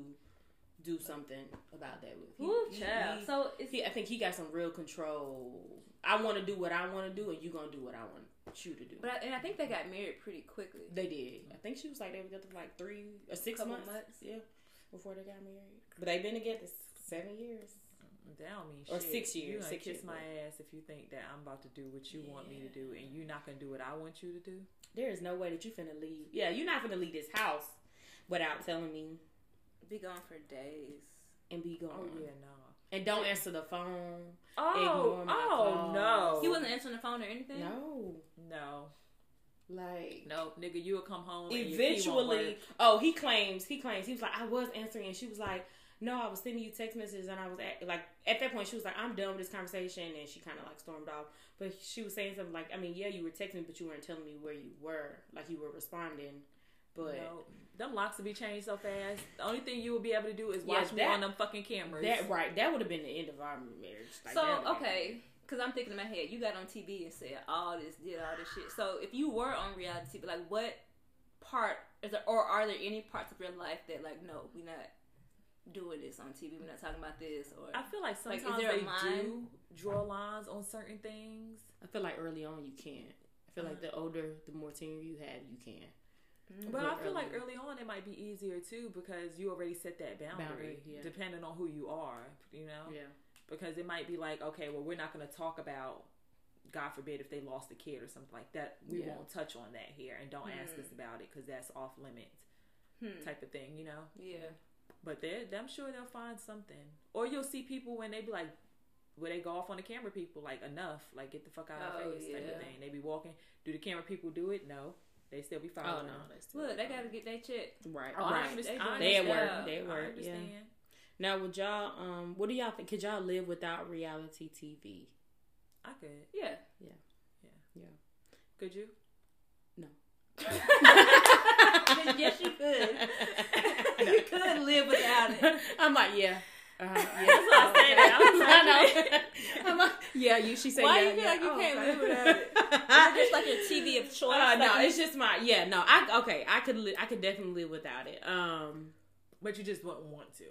do something about that with. He- Ooh, he- child. he- So it's he, I think he got some real control. I want to do what I want to do, and you gonna do what I want you to do. But I, and I think they got married pretty quickly. they did. I think she was like they were together for like three or six Couple months, months. yeah, before they got married. But they've been together seven years. that don't mean Or shit. six You years, gonna six kiss years, my ass if you think that I'm about to do what you want me to do, and you're not gonna do what I want you to do. There is no way that you finna leave. Yeah, you're not finna leave this house without telling me Be gone for days. and be gone. Oh yeah, no. And don't answer the phone. Oh, Ignore my oh calls. no. He wasn't answering the phone or anything. No. No, Like no, nigga, you will come home. and your key won't eventually work. oh he claims he claims he was like i was answering and she was like no i was sending you text messages and i was at, like at that point she was like i'm done with this conversation and she kind of like stormed off but she was saying something like i mean yeah you were texting but you weren't telling me where you were like you were responding but no, them locks will be changed so fast. The only thing you will be able to do is Yeah, watch me that- on them fucking cameras. that right that would have been the end of our marriage Like, that so would've been- okay, because I'm thinking in my head, you got on TV and said all this, did all this shit. So if you were on reality, but like what part is there, or are there any parts of your life that like no, we're not doing this on TV. We're not talking about this. Or I feel like Like, is sometimes there a they do line? draw lines on certain things. i feel like early on you can i feel like the older the more tenure you have you can Mm-hmm. But I But feel like early- early on it might be easier too because you already set that boundary, Boundary, yeah. depending on who you are, you know? yeah Because it might be like, okay, well, we're not going to talk about, God forbid, if they lost a kid or something like that. We Yeah. Mm. won't touch on that here and don't ask Hmm. us about it because that's off limits Hmm. type of thing, you know? yeah, But they I'm sure they'll find something. Or you'll see people when they be like, where they go off on the camera people, like, enough, like, get the fuck out of Oh, our face type yeah. of thing. They be walking. Do the camera people do it? No. They still be oh following. no them. that's look, they gotta get that check. right Oh, right I understand. I They at understand. work. They at I work, yeah. understand. Now, would y'all, um, what do y'all think? Could y'all live without reality TV? I could. Yeah. Could you? yes, you could. you could live without it. I'm like, yeah. Uh, yeah. why I said it. I was I know. I'm like, yeah, you. She said, Why yeah, you feel yeah. like you Oh, can't okay. live without it? Is it just like your TV of choice? Uh, no, Like, it's just my yeah. No, I okay. I could li- I could definitely live without it. Um, But you just wouldn't want to.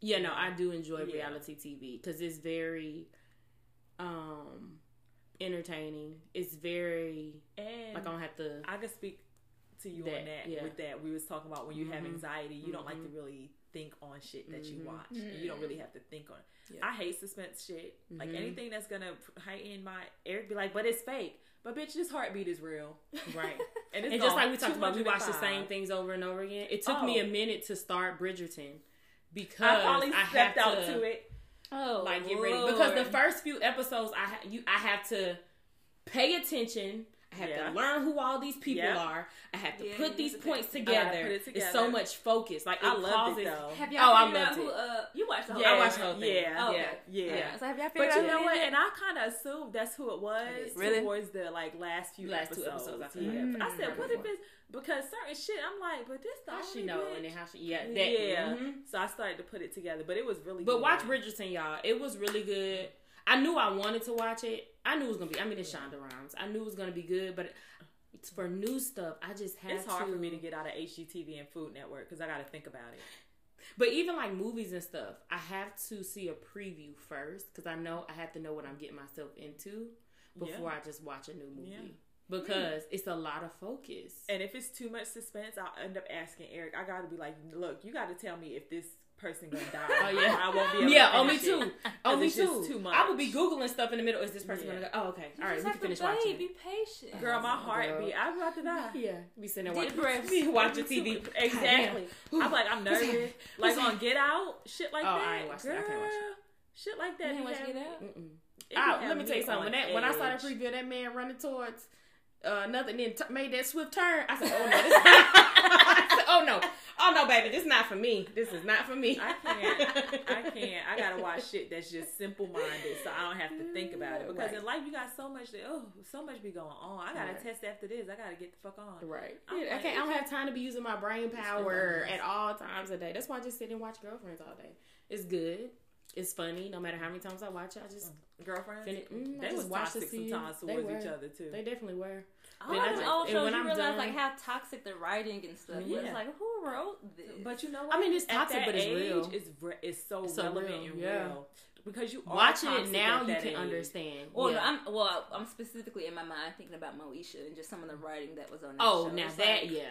yeah, no, I do enjoy Yeah. reality TV because it's very, um, entertaining. It's very And like I don't have to. I could speak to you on That, that yeah. with that. We was talking about when you have Mhm. anxiety, you don't like to Mhm. really think on shit that Mhm. you watch. You don't really have to think on it. Yeah. I hate suspense shit. Like Mhm. anything that's gonna p- heighten my Eric be like, but it's fake. But bitch, this heartbeat is real. Right. And, it's and just on like we talked about, we watch the 205. same things over and over again. It took Oh. me a minute to start Bridgerton because I probably I stepped have out to, to, it. oh, like get ready because the first few episodes I ha- you I have to pay attention. I have Yeah. to learn who all these people Yeah. are. I have to Yeah, you put these need to points think. I together. gotta put it It's so together. much focus. Like I it loved causes. it though. have Oh, y'all I figured out loved who? it. Uh, you watched the whole. Yeah, I thing, watched the right? whole thing. Yeah. Oh, okay. yeah. Yeah. Yeah. So have y'all figured But out you who know did what? it? And I kind of assumed that's who it was It is. Really? towards the like last few Last two episodes. episodes, I yeah. feel like. I said, Mm. what if it's because certain shit? I'm like, but this the How only she know bitch. and then how she yeah that Yeah. mhm. So I started to put it together, but it was really. But good. watch Bridgerton, y'all. It was really good. I knew I wanted to watch it. I knew it was gonna be. I mean, it's Shonda Rhimes. I knew it was gonna be good, but it's for new stuff. I just have It's hard to. for me to get out of HGTV and Food Network because I got to think about it. But even like movies and stuff, I have to see a preview first because I know I have to know what I'm getting myself into before I just watch a new movie. because it's a lot of focus. And if it's too much suspense, I'll end up asking Eric. I gotta be like, look, you gotta tell me if this person gonna die. Oh, yeah. I won't be able Yeah, to oh me finish it. too. Oh me it's just too. too much. I would be googling stuff in the middle. Is this person Yeah. gonna go? Oh okay. You All right, just we have can finish to wait. watching. Be patient. Girl, my Oh, heart girl. be. I'm about to die. Yeah, be sitting there Deep watching. breaths. Be watching Too- TV. Exactly. Goddamn. I'm like, I'm nervous. happening? Like What's on Get Out, shit like Oh, I that. ain't watched it. I can't watch it. Girl, Shit like You that. ain't be watch having- Get Out? Mm-mm. it be I, Ah, let having me tell you something. When on that when I saw that edge. preview, of that man running towards uh, nothing, then t- made that swift turn. I said, "Oh no, this I said, oh no, oh no, baby, this not for me. This is not for me. I can't. I can't. I gotta watch shit that's just simple minded, so I don't have to think about Mm, it. Because in life, you got so much. That, oh, so much be going on. I gotta Right. test after this. I gotta get the fuck on. Right. I'm Yeah, like, okay, I don't have time to be using my brain power at ridiculous. all times a day. That's why I just sit and watch girlfriends all day. It's good. It's funny. No matter how many times I watch it, I just Girlfriends, Fin- mm, I they just was watched the toxic season. sometimes They towards each were. other too. they definitely were. All Then I of just- the old and shows, when you I'm realize done- like how toxic the writing and stuff. Yeah. Yeah. It's like who wrote this? but you know, what? I mean, it's At toxic, that but it's age, real. It's re- it's so It's so relevant real, and yeah. real because you are Watching it toxic now, you at that can age. understand. well, Yeah. no, I'm well. I'm specifically in my mind thinking about Moesha and just some of the writing that was on. That oh, show. now It's that like, yeah,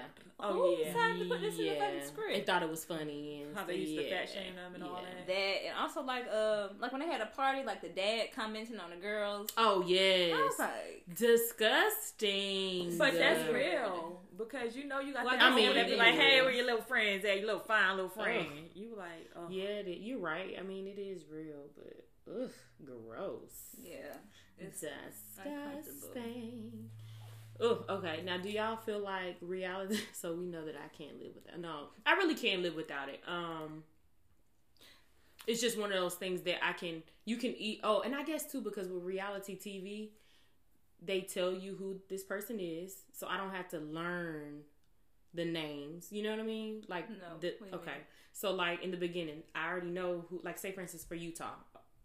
Oh yeah, Time to put this in the fucking script. They thought it was funny and how they used to yeah. fat shame them and all Yeah. that. that and also like um like when they had a party, like the dad commenting on the girls. Oh I yes, was like, disgusting. But that's Yeah. real because you know you got Well, that I mean, mean, that be it like, is. "Hey, where your little friends at? You little fine little friend." You like, oh. Yeah, it- you're right. I mean, it is real, but ugh, gross. yeah, it's uncomfortable. disgusting. Oh, okay. Now, do y'all feel like reality? So we know that I can't live without. No, I really can't live without it. Um, it's just one of those things that I can. You can eat. Oh, and I guess too because with reality TV, they tell you who this person is, so I don't have to learn the names. You know what I mean? Like, No, the, what do you okay. mean? So, like in the beginning, I already know who. Like, say for instance, for Utah,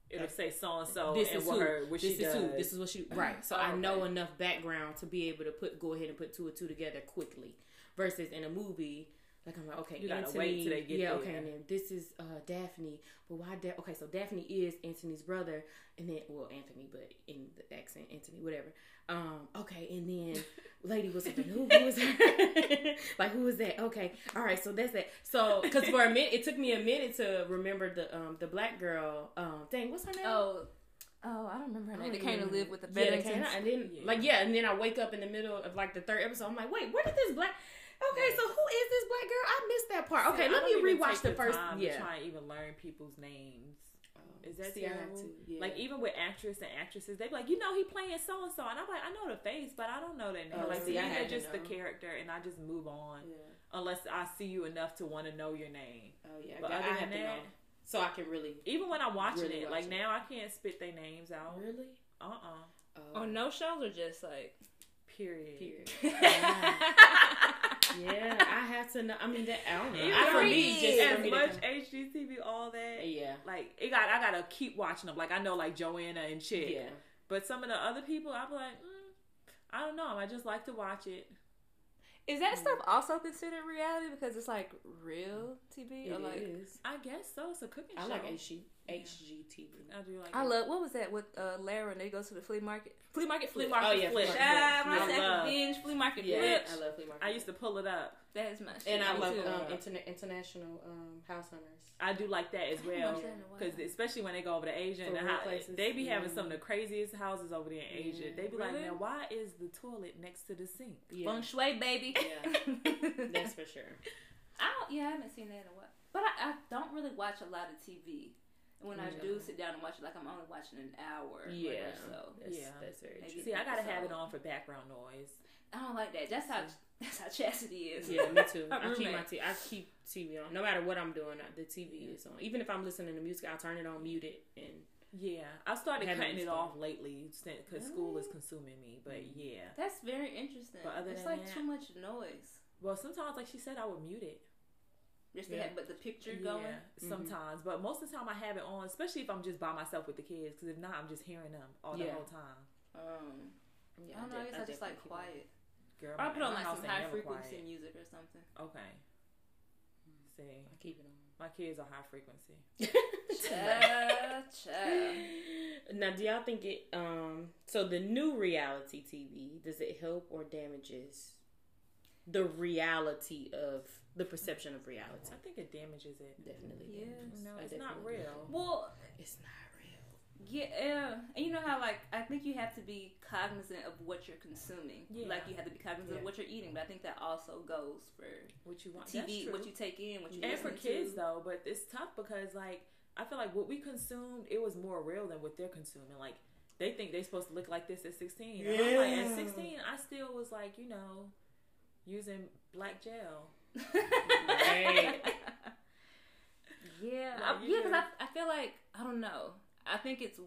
it'll say so and so this and is what who. her what this she is does. who. This is what she. Right. So I Oh, know okay. enough background to be able to put go ahead and put two and two together quickly. Versus in a movie, like I'm like, okay, You gotta Anthony, wait till they get yeah, there. okay, and then this is uh, Daphne, but why? Da- okay, so Daphne is Anthony's brother, and then well, Anthony, but in the accent, Anthony, whatever. Um, okay, and then Lady was like, who, who is her? like, who is that? Okay, all right, so that's that. So, because for a minute, it took me a minute to remember the um the black girl. Um, dang, what's her name? Oh, oh, I don't remember her name. They came to live with the Yeah, they Benningtons. came out, and then Yeah. like yeah, and then I wake up in the middle of like the third episode. I'm like, wait, where did this black? Okay, so who is this black girl? I missed that part. Okay, I let don't me even rewatch take the first. time to Yeah, try and even learn people's names. Is that See, I have terrible? to, yeah. Like even with actress and actresses, they be like, you know, he playing so and so, and I'm like, I know the face, but I don't know that name. Oh, like see, to I me, they're had to just the know. character, and I just move on Yeah. unless I see you enough to want to know your name. Oh yeah, But I, other I than have to know that, so I can really even when I'm watching Really it, watching like it. now I can't spit their names out. really. Uh uh Oh, On no shows or just like. Period. Period. yeah, I have to know. I mean, that I don't know. Even I, for me, Period. just for as me to much come- HGTV, all that. yeah, Like it got, I gotta keep watching them. Like I know, like Joanna and Chick, yeah. but some of the other people, I'm like, mm, I don't know. I just like to watch it. Is that stuff also considered reality because it's like real TV? Or It like is. I guess so. It's a cooking I show. like HG, HGTV. I do like. I it. love what was that with uh, Lara and they go to the flea market, flea market, flea flip. market. Oh, yeah, flip. flea market. Ah, my I second love- binge flea market Yeah, flips. I love flea market. I used to pull it up. That is my shit. And I Me love too. um, interna- international um, house hunters. I do like that as well. much that- Because especially when they go over to For Asia and the real hou- places, they be having yeah. some of the craziest houses over there in Asia. Yeah. They be like, Really? now why is the toilet next to the sink? Yeah, feng shui, baby. Yeah. I that's for sure. don't. Yeah, I haven't seen that in a while. But I, I don't really watch a lot of TV. And when I do sit down and watch it, like I'm only watching an hour. Yeah. Yeah. so That's, Yeah. that's very Maybe. true. See, I gotta have it So- on for background noise. I don't like that. That's how that's how chastity is. Yeah, me too. Her I keep my roommate. t- I keep TV on. No matter what I'm doing, I- the TV is on. Even if I'm listening to music, I'll turn it on, mute it, and Yeah, I started Haven't cutting it used off lately because school is consuming me. But Mhm. yeah, That's very interesting. But other it's than like that- too much noise. well, sometimes like she said, I would mute it. Just to Yeah. have, but the picture Yeah, going. sometimes, but most of the time I have it on, especially if I'm just by myself with the kids. Because if not, I'm just hearing them all the Yeah. whole time. Um, yeah, I don't know. I guess I, just definitely like keep it on. quiet. Girl, Or I my- put on my like house some ain't high never frequency quiet. music or something. Okay. See, I keep it on. My kids are high frequency. Cha, cha. now, do y'all think it? Um, so the new reality TV does it help or damages the reality of the perception of reality? I think it damages it. Definitely. Yes. damages. No, I it's not definitely real. think Well, It's not yeah, yeah, and you know how like I think you have to be cognizant of what you're consuming. Yeah. Like you have to be cognizant Yeah. of what you're eating, but I think that also goes for What you want? That's TV, true. what you take in, what you and for listen kids to. though, but it's tough because like I feel like what we consumed, it was more real than what they're consuming. Like they think they're supposed to look like this at sixteen. And I'm like at Yeah. sixteen, I still was like you know using black gel. Right. Yeah, I, Like, you yeah, because just- I, I feel like I don't know. I think it's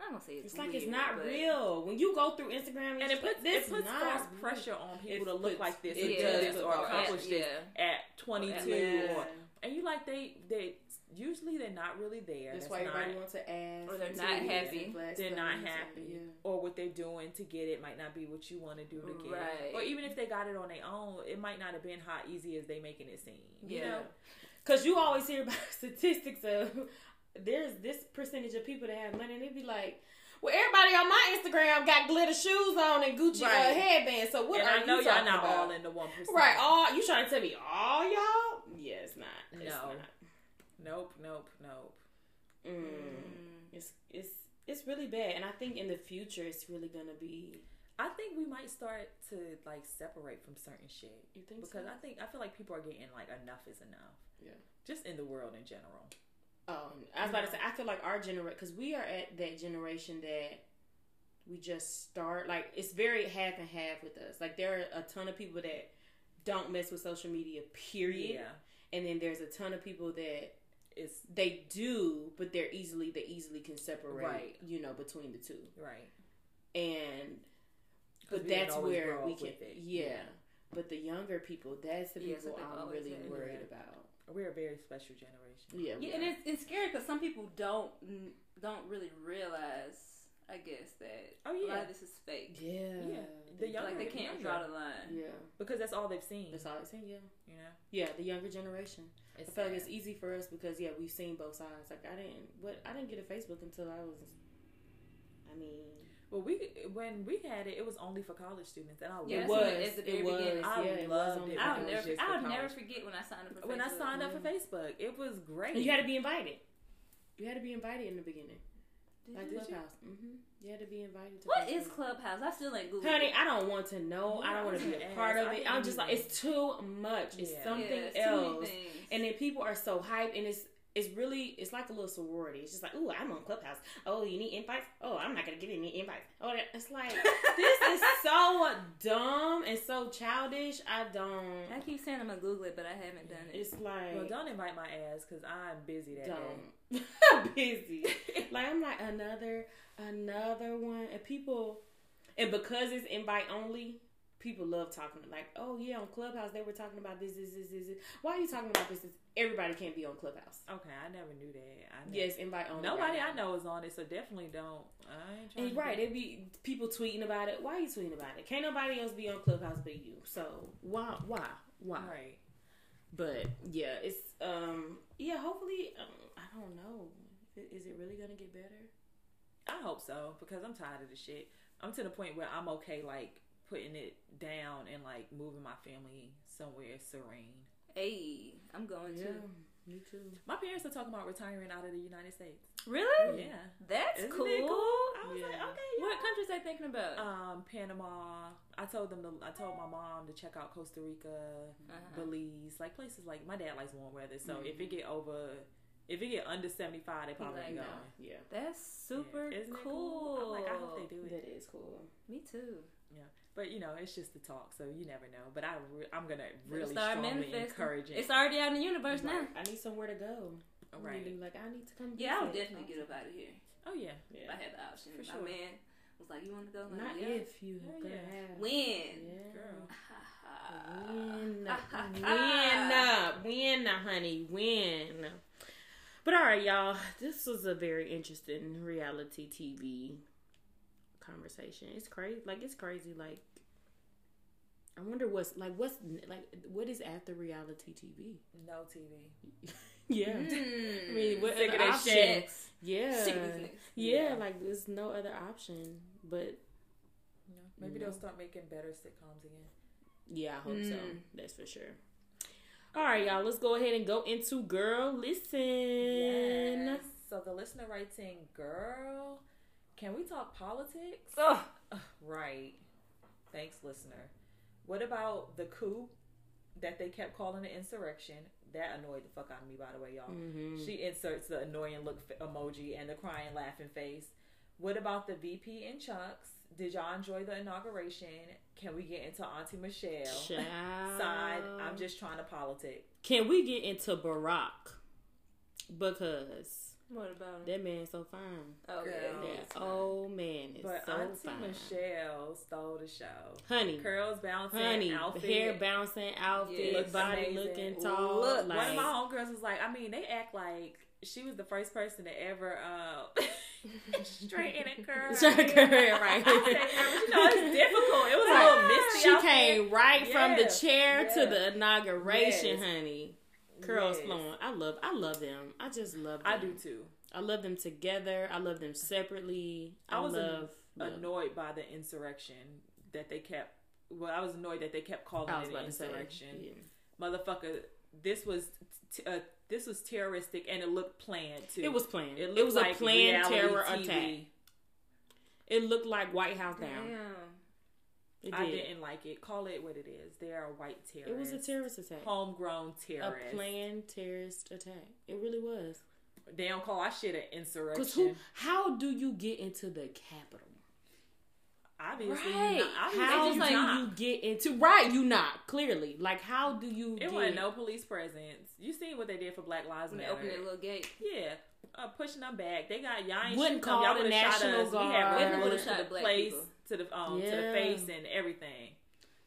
I don't wanna say it's It's like it's weird, not but- real. When you go through Instagram And it puts this it puts not false pressure on people It to look puts- like this, it or do does this, put or false- accomplish yeah, this at twenty two, Yeah. or and you like they they usually they're not really there. That's That's, why not everybody wants to ask. Or they're and not titties happy. and black they're stuff not and stuff, happy Yeah. or what they're doing to get it might not be what you want to do to get Right. it or even if they got it on their own it might not have been how easy as they making it seem you Yeah. know Because you always hear about statistics of there's this percentage of people that have money, and it'd be like, well, everybody on my Instagram got glitter shoes on and Gucci uh, Right. headbands. So what and are i know you y'all talking not about? all in the one percent right? All you trying to tell me all y'all? Yeah, it's not. It's No. not. nope nope nope Mm. It's it's it's really bad, and I think in the future it's really gonna be. i think we might start to like separate from certain shit You think because i think i feel like people are getting like enough is enough Yeah. just in the world in general Oh, I was about to say. I feel like our generation, because we are at that generation that we just start. Like it's very half and half with us. Like there are a ton of people that don't mess with social media, period. yeah And then there's a ton of people that it's they do, but they're easily they easily can separate. Right. You know, between the two, right and 'Cause but we didn't that's always where grow we up can. with it. Yeah. But the younger people, that's the Yeah, people so they've I'm always really had- worried Yeah. about. we're a very special generation Yeah. we Yeah, and are. it's, it's scary because some people don't don't really realize, I guess, that oh a lot yeah of this is fake. yeah. Yeah. The young- Like they Younger, can't younger. draw the line. yeah. because that's all they've seen That's all I'm saying. Yeah. you know Yeah, the younger generation. it's I feel like sad. it's easy for us because yeah, we've seen both sides. Like I didn't, what I didn't get a Facebook until I was, I mean, Well, we when we had it, it was only for college students, and I loved Yeah, it. that's when it- it's the very beginning. I yeah, it loved was on it. the- I I'll was never, just for I'll college. never forget when I signed up for when I Facebook. signed up for Facebook, it was great. And you had to be invited. You had to be invited in the beginning, Did like you- you? Clubhouse. Mm-hmm. You had to be invited. To What Facebook. is Clubhouse? I still ain't Google. Honey, I don't want to know. I don't want to be a part of it. I'm just like, it's too much. It's Yeah. something else. And then people are so hyped, and it's it's really it's like a little sorority. It's just like, ooh, I'm on Clubhouse. Oh, you need invites. Oh, I'm not gonna give you any invites. Oh, that- it's like this is so dumb and so childish. I I don't. keep saying I'm gonna Google it, but I haven't done it. It's like well, don't invite my ass because I'm busy that day. dumb. busy. Like I'm like another another one, and people, and because it's invite only. People love talking like, oh yeah, on Clubhouse they were talking about this, this, this, this. this. Why are you talking about this? this? Everybody can't be on Clubhouse. Okay, I never knew that. I never, Yes, invite only. nobody right I know is on it, so definitely don't. I ain't trying. And to right, it'd be people tweeting about it. Why are you tweeting about it? Can't nobody else be on Clubhouse but you. So why, why, why? right. But yeah, it's um, yeah. Hopefully, um, I don't know. I- Is it really gonna get better? I hope so because I'm tired of the shit. I'm to the point where I'm okay, like putting it down and like moving my family somewhere serene. hey, I'm going to. me too. My parents are talking about retiring out of the United States. Really? Yeah. That's Isn't it cool. I was like, Yeah. okay, What yeah. countries they thinking about? Um, Panama. I told them. To, I told my mom to check out Costa Rica, Uh-huh. Belize, like places like my dad likes warm weather. So if Mhm. it get over, if it get under seventy five, they probably like, go. no. Yeah, That's super Yeah. Isn't it cool. I'm like, I hope they do it. that is cool. Me too. But you know, it's just the talk, so you never know. But I, re- I'm gonna Let's really start strongly manifesting. encourage it. It's already out in the universe now. I need somewhere to go. right. Really, like I need to come. Yeah, I would visit. definitely get up out of here Oh yeah. if I Yeah. had the option. For My sure. man was like, "You want to go?" I'm Not like, yeah. if you Oh, gonna yeah. have When? Hmm. Yeah. Girl. Win, win, win, uh, honey, win. But all right, y'all, this was a very interesting reality TV conversation. It's crazy, like it's crazy. Like, I wonder what's like, what's like, what is after reality TV? No TV. Yeah. Mm. I mean, what Sick other of that option? shit. Sex. Yeah. Sick of these niggas. yeah. Yeah. like there's no other option. But Maybe No. they'll start making better sitcoms again. yeah, I hope so. Mm. That's for sure. All right, y'all. Let's go ahead and go into girl listen. Yes. So the listener writes in, girl, can we talk politics? Ugh. Ugh, right. Thanks, listener. What about the coup that they kept calling an insurrection? That annoyed the fuck out of me, by the way, y'all. Mhm. She inserts the annoying look f- emoji and the crying laughing face. What about the VP and Chunks? Did y'all enjoy the inauguration? Can we get into Auntie Michelle? Child. Side, I'm just trying to politic. Can we get into Barack? Because What about him? that man's so fine. Oh, Girl. yeah. he's That old man is But so Auntie fine. Michelle stole the show. Honey, Curls bouncing, honey, outfit. hair bouncing, outfit, Yes. body Amazing. looking tall. Look, like, One of my homegirls was like, I mean, they act like she was the first person to ever uh, straighten a curl. Straighten a curl, right. I said, "Girl, you know, it's difficult. It was a little misty. She out came right from the Yeah. chair to Yeah. the inauguration, Yes. honey. Curls Yes. flowing. I love. I love them. I just love. Them. there. I do too. I love them together. I love them separately. I, I was an- love. love- Annoyed by the insurrection that they kept. Well, I was annoyed that they kept calling I was it an about to say. insurrection. yeah. Motherfucker, this was t- uh, this was terroristic and it looked planned too. It was planned. It It, looked was like a planned reality terror TV. attack. It looked like White House down. It did. I didn't like it. Call it what it is. They are white terrorists. It was a terrorist attack. homegrown A terrorist. planned terrorist attack. It really was. They don't call our shit an Cause who? insurrection. How do you get into the Capitol? Obviously, Right. you not, obviously How you do not. you get into? Right, you not clearly. Like, how do you? It get, wasn't no police presence. You seen what they did for Black Lives When Matter? they opened their little gate. yeah, uh, pushing them back. They got y'all ain't Wouldn't shoot them. call Y'all the would've shot National us. We Guard. had red They would've bullets shot to the black place, people. to the um, to the Yeah. face and everything.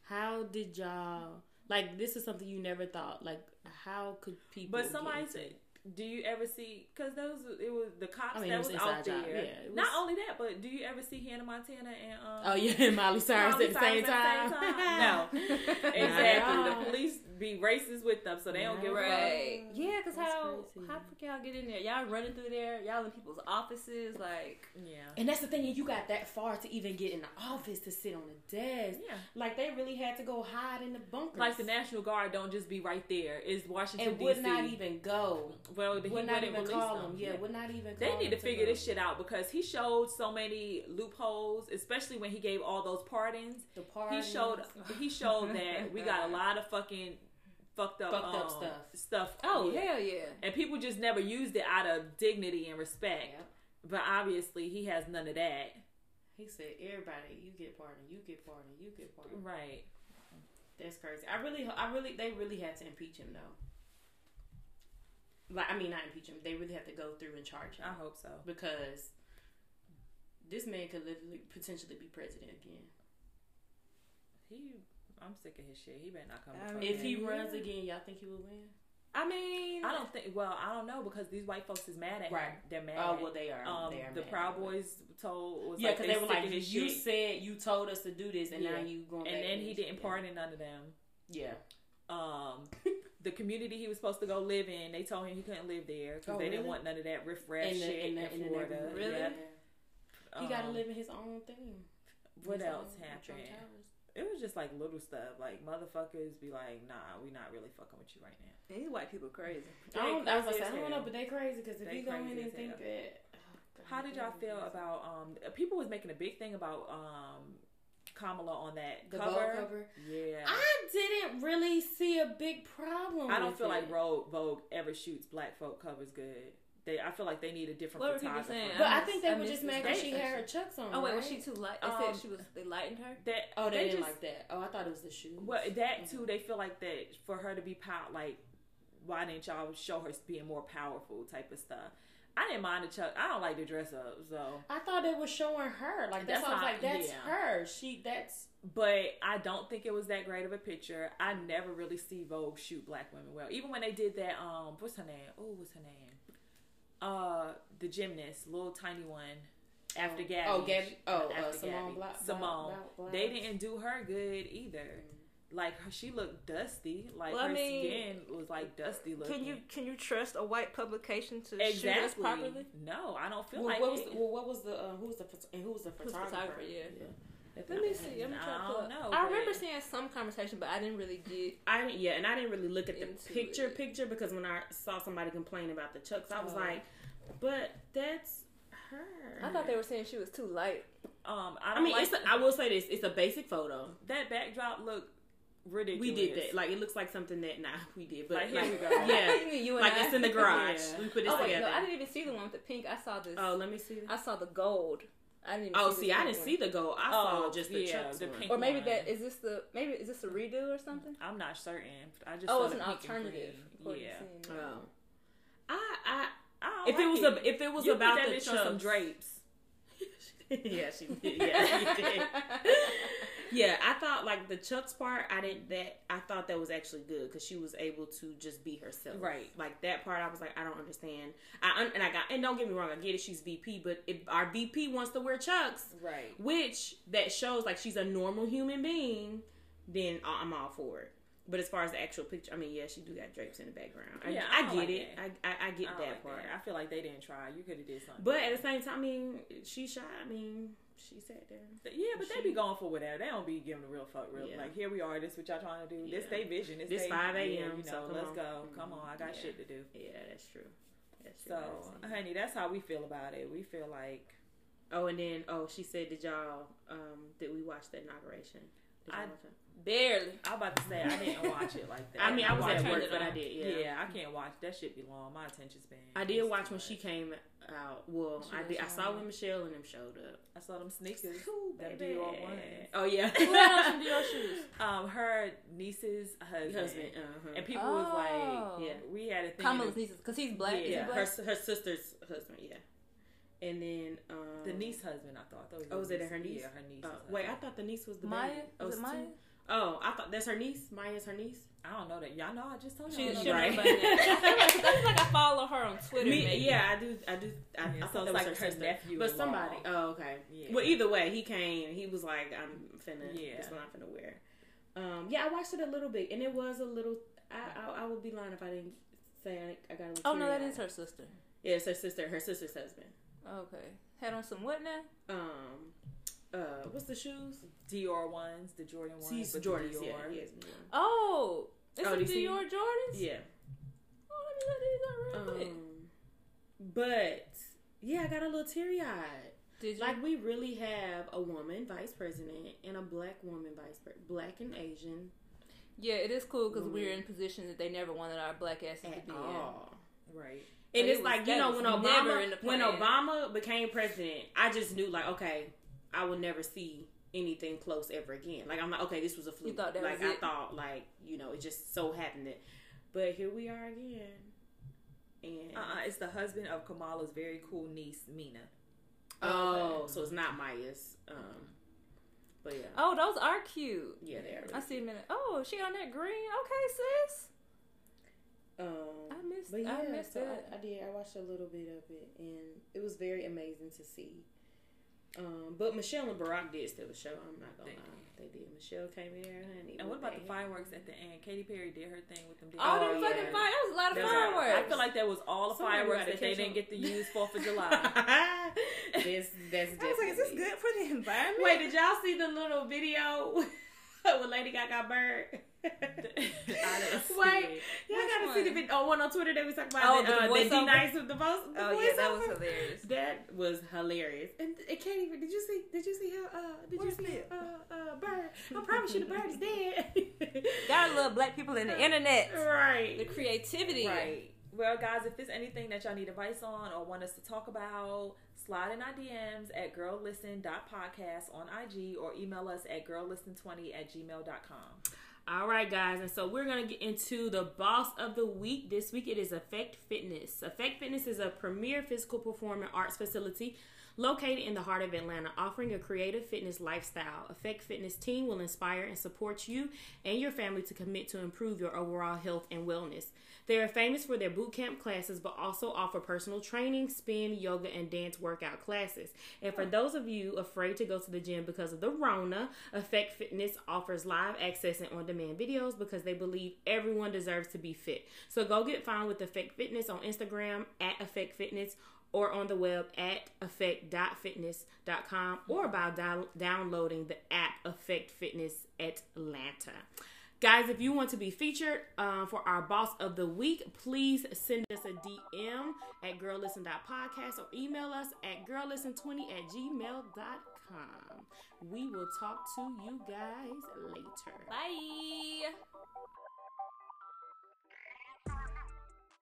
How did y'all? Like, this is something you never thought. Like, how could people? But somebody get said, into- "Do you ever see? Because those it was the cops I mean, that it was, was out inside job. there. Yeah, it Not was- only that, but do you ever see Hannah Montana and um? Oh yeah, and Miley Cyrus Miley at the same Cyrus at time. the same time? No. Exactly. Nah. The police be racist with them, so they don't give a fuck. Right. Yeah, because That's how, crazy. how the fuck y'all get in there? Y'all running through there. Y'all in people's offices. Like, Yeah. And that's the thing, and you got that far to even get in the office to sit on the desk. Yeah. Like they really had to go hide in the bunkers. Like the National Guard don't just be right there. It's Washington and D.C. would not even go. well, he Would not wouldn't even release call them. them. Yeah, would not even. They call need them to figure go. this shit out because he showed so many loopholes, especially when he gave all those pardons. The party. He showed he showed that we got a lot of fucking fucked up, Fucked up um, stuff. stuff. oh, yeah. hell yeah. And people just never used it out of dignity and respect. Yep. But obviously, he has none of that. He said, "Everybody, you get pardoned. You get pardoned. You get pardoned." Right. That's crazy. I really, I really, they really had to impeach him though. Like, I mean, not impeach him. They really had to go through and charge him I hope so. because this man could literally potentially be president again. He, I'm sick of his shit. He better not come. I to mean- If if he Yeah. runs again, y'all think he will win? I mean, I don't think. Well, I don't know because these white folks is mad at him. Right. They're mad. Oh well, they are. um, they are the mad. Proud Boys told was Yeah, like because they, they were sick like, of "You his shit. said you told us to do this, and Yeah. now you going." and back then to he this." didn't Yeah. pardon none of them. Yeah. Um, the community he was supposed to go live in, they told him he couldn't live there because Oh, they didn't really? want none of that In riffraff the- shit in in, the- in the Florida. neighborhood. Really? Yep. He got to Um, live in his own thing. What His else own- his own happened? towers. It was just like little stuff. Like motherfuckers be like, "Nah, we not really fucking with you right now." these white people crazy. I They don't, I was gonna crazy say, as I don't know, hell. but they crazy because if They you go in crazy and as think hell. that. oh, God, How did y'all feel about um people was making a big thing about um Kamala on that the cover? Vogue cover? Yeah. I didn't really see a big problem. I don't with feel like it. Vogue, Vogue ever shoots black folk covers good. They I feel like they need a different What were people photographer. saying? But I miss- think they I were miss just this mad because she section. had her chucks on. Oh, wait, right? was she too light? They Um, said she was, they lightened her? that Oh, they, they didn't just like that. Oh, I thought it was the shoes. well that Mm-hmm. too. They feel like that for her to be pow like why didn't y'all show her being more powerful type of stuff? I didn't mind the Chuck. I don't like the dress up so, I thought they were showing her. Like that's, That's why I was not- like, that's yeah. her. She that's but I don't think it was that great of a picture. I never really see Vogue shoot black women well. Even when they did that, um, what's her name? Oh, what's her name? Uh, the gymnast, little tiny one. After Gabby. Oh, Gabby. Oh, uh, After Simone Gabby. Block. Simone. Block- Block- They didn't do her good either. like her, she looked dusty. Like Well, I her mean, skin was like dusty looking. Can you can you trust a white publication to shoot us exactly? properly? No, I don't feel Well, like what was it. the, well, what was the uh, who was the phot- and who was the Who's photographer? photographer, yeah. Let me see. I'm trying to I pull don't up. know. I but- remember seeing some conversation, but I didn't really get. I didn't- yeah, and I didn't really look at the Into picture it. picture because when I saw somebody complain about the chucks, I was Oh. like, but that's her. I thought they were saying she was too light. Um, I I don't mean, like it's a, I will say this: it's a basic photo. that backdrop looked ridiculous. We did that. Like it looks like something that nah, we did, but Like, like, here we go. yeah, Even you and like I. it's in the garage. Yeah. We put this Oh wait, no, together. I didn't even see the one with the pink. I saw this. oh, let me see. This. I saw the gold. I didn't. Even Oh, the see, I pink didn't one. see the gold. I Oh, saw just the yeah, chucks the one. pink Or maybe one. that is this the maybe is this a redo or something? I'm not certain. I just oh, saw it's the an pink and alternative. green. according to Yeah. seeing that. Oh, I, I I don't if it like was a, if it was You put about that the bitch on some chucks, drapes. yeah, she did. Yeah, she did. Yeah, I thought like the Chuck's part, I didn't that I thought that was actually good because she was able to just be herself. Right. Like that part, I was like, I don't understand. I un- and I got and don't get me wrong, I get it. She's VP, but if our VP wants to wear Chucks, Right. which that shows like she's a normal human being, then I- I'm all for it. But as far as the actual picture, I mean, yeah, she do got drapes in the background. I, Yeah, I I, don't get like it. I, I I I, get don't that like part. that. I feel like they didn't try. You could have did something. But at the same time, I mean, she shot. I mean, she sat there. yeah, but they be going for whatever. They don't be giving a real fuck. Real Yeah. like here we are. This what y'all trying to do. This Yeah. they vision. This, This they- 5 a.m., yeah, You know, so come let's on. Mm-hmm. go. Come on, I got Yeah. shit to do. Yeah, that's true. That's true. So, That's it. honey, that's how we feel about it. We feel like Oh, and then oh, she said, "Did y'all um did we watch the inauguration?" Did y'all I- watch it? Barely. I'm about to say I didn't watch it like that. I mean, I was watched at turned work, it but I on. did. Yeah, Yeah. I can't watch that shit. Be long. My attention span. I did is watch too when she much. came out. Well, She I was did. I on saw it. when Michelle and them showed up. I saw them sneakers. Cool, Them Dior ones. Oh yeah. Who had on some Dior shoes? Um, her niece's husband. Husband. Uh-huh. And people was like, Oh. yeah, we had a thing. in Kamala's the- nieces, because he's black. Is he yeah, black? her her sister's husband. Yeah. And then um the niece husband, I thought. I thought it Oh, is it her niece? Yeah, her niece. Uh, wait, I thought the niece was the Maya? baby. Oh, Was it's it two- Maya? Oh, I thought that's her niece. Maya's her niece. I don't know that. Y'all know. I just told She, you. she know right. that. I feel like, 'cause I feel like I follow her on Twitter. Me, maybe. yeah, I do. I do. I, I Yeah, thought so that was it's like her, her sister. nephew but in law. somebody. uh, Oh, okay. Yeah. Well, either way, he came. He was like, "I'm finna. Yeah. This is what I'm finna wear." Um, yeah, I watched it a little bit, and it was a little. I I, I would be lying if I didn't say I, I got a little. Oh no, that teary-eyed. is her sister. Yeah, it's her sister. Her sister's husband. Okay. Had on some what now? Um, uh, what's the shoes? Dior ones, the Jordan ones. She's but the Jordans. Dior. Yeah, yeah, it's Jordan. Oh, it's Oh, oh, do you see? Dior Jordans. yeah. Oh, let me look at these up real quick. Um, but yeah, I got a little teary eyed. Did you? Like we really have a woman vice president and a black woman vice president, black and Asian yeah, it is cool because Mhm. we're in positions that they never wanted our black asses to at be all. And Right. Like, it it's was- like you that know was when never in Obama the when plan. Obama became president, I just knew like okay, I will never see anything close ever again. Like I'm like okay, this was a fluke. thought that like was I it? thought like you know it just so happened that, but here we are again. And Uh, Uh-uh. uh it's the husband of Kamala's very cool niece, Mina. oh, so it's not Maya's. Um, but yeah, in. Oh, those are cute. yeah, they are. I see a minute. Oh, she on that green. Okay, sis. Um, I missed- But yeah, I missed so it. I, I did. I watched a little bit of it, and it was very amazing to see. Um, but Michelle and Barack did still show. I'm not gonna They lie, they did. Michelle came in there, honey. And with what about the that- fireworks at the end? Katy Perry did her thing with them. damn- All Oh, them yeah. fucking fire. That was a lot of That was a lot. fireworks. I feel like that was all the Somebody fireworks gotta that they catch didn't on. get to use Fourth of July. this that's I was like, is this definitely- good for the environment? Wait, did y'all see the little video with Lady Gaga bird? Wait, Wait. y'all Which gotta see the one? video. Oh, one on Twitter that we talked about. Oh, the, the uh, the voiceover? D-Nice with the voice. the Oh yeah, that voiceover? was hilarious. That was hilarious. And it can't even. Did you see? Did you see how? Uh, did Where's you see? Bill? how, Uh, uh, bird. I promise you, the bird is dead. Gotta love black people in the internet. The Right. creativity. Right. Well, guys, if there's anything that y'all need advice on or want us to talk about, slide in our DMs at girllisten.podcast on IG or email us at girllisten20 at gmail.com. All right, guys, and so we're gonna get into the boss of the week. This week it is Effect Fitness. Effect Fitness is a premier physical performing arts facility Located in the heart of Atlanta, offering a creative fitness lifestyle, Effect Fitness team will inspire and support you and your family to commit to improve your overall health and wellness. They are famous for their boot camp classes, but also offer personal training, spin, yoga, and dance workout classes. And for those of you afraid to go to the gym because of the Rona, Effect Fitness offers live access and on demand videos because they believe everyone deserves to be fit. So go get found with Effect Fitness on Instagram at Effect Fitness or on the web at effect.fitness.com or by dow- downloading the app Effect Fitness Atlanta. Guys, if you want to be featured uh, for our Boss of the Week, please send us a DM at girllisten.podcast or email us at girllisten20 at gmail.com. We will talk to you guys later. Bye.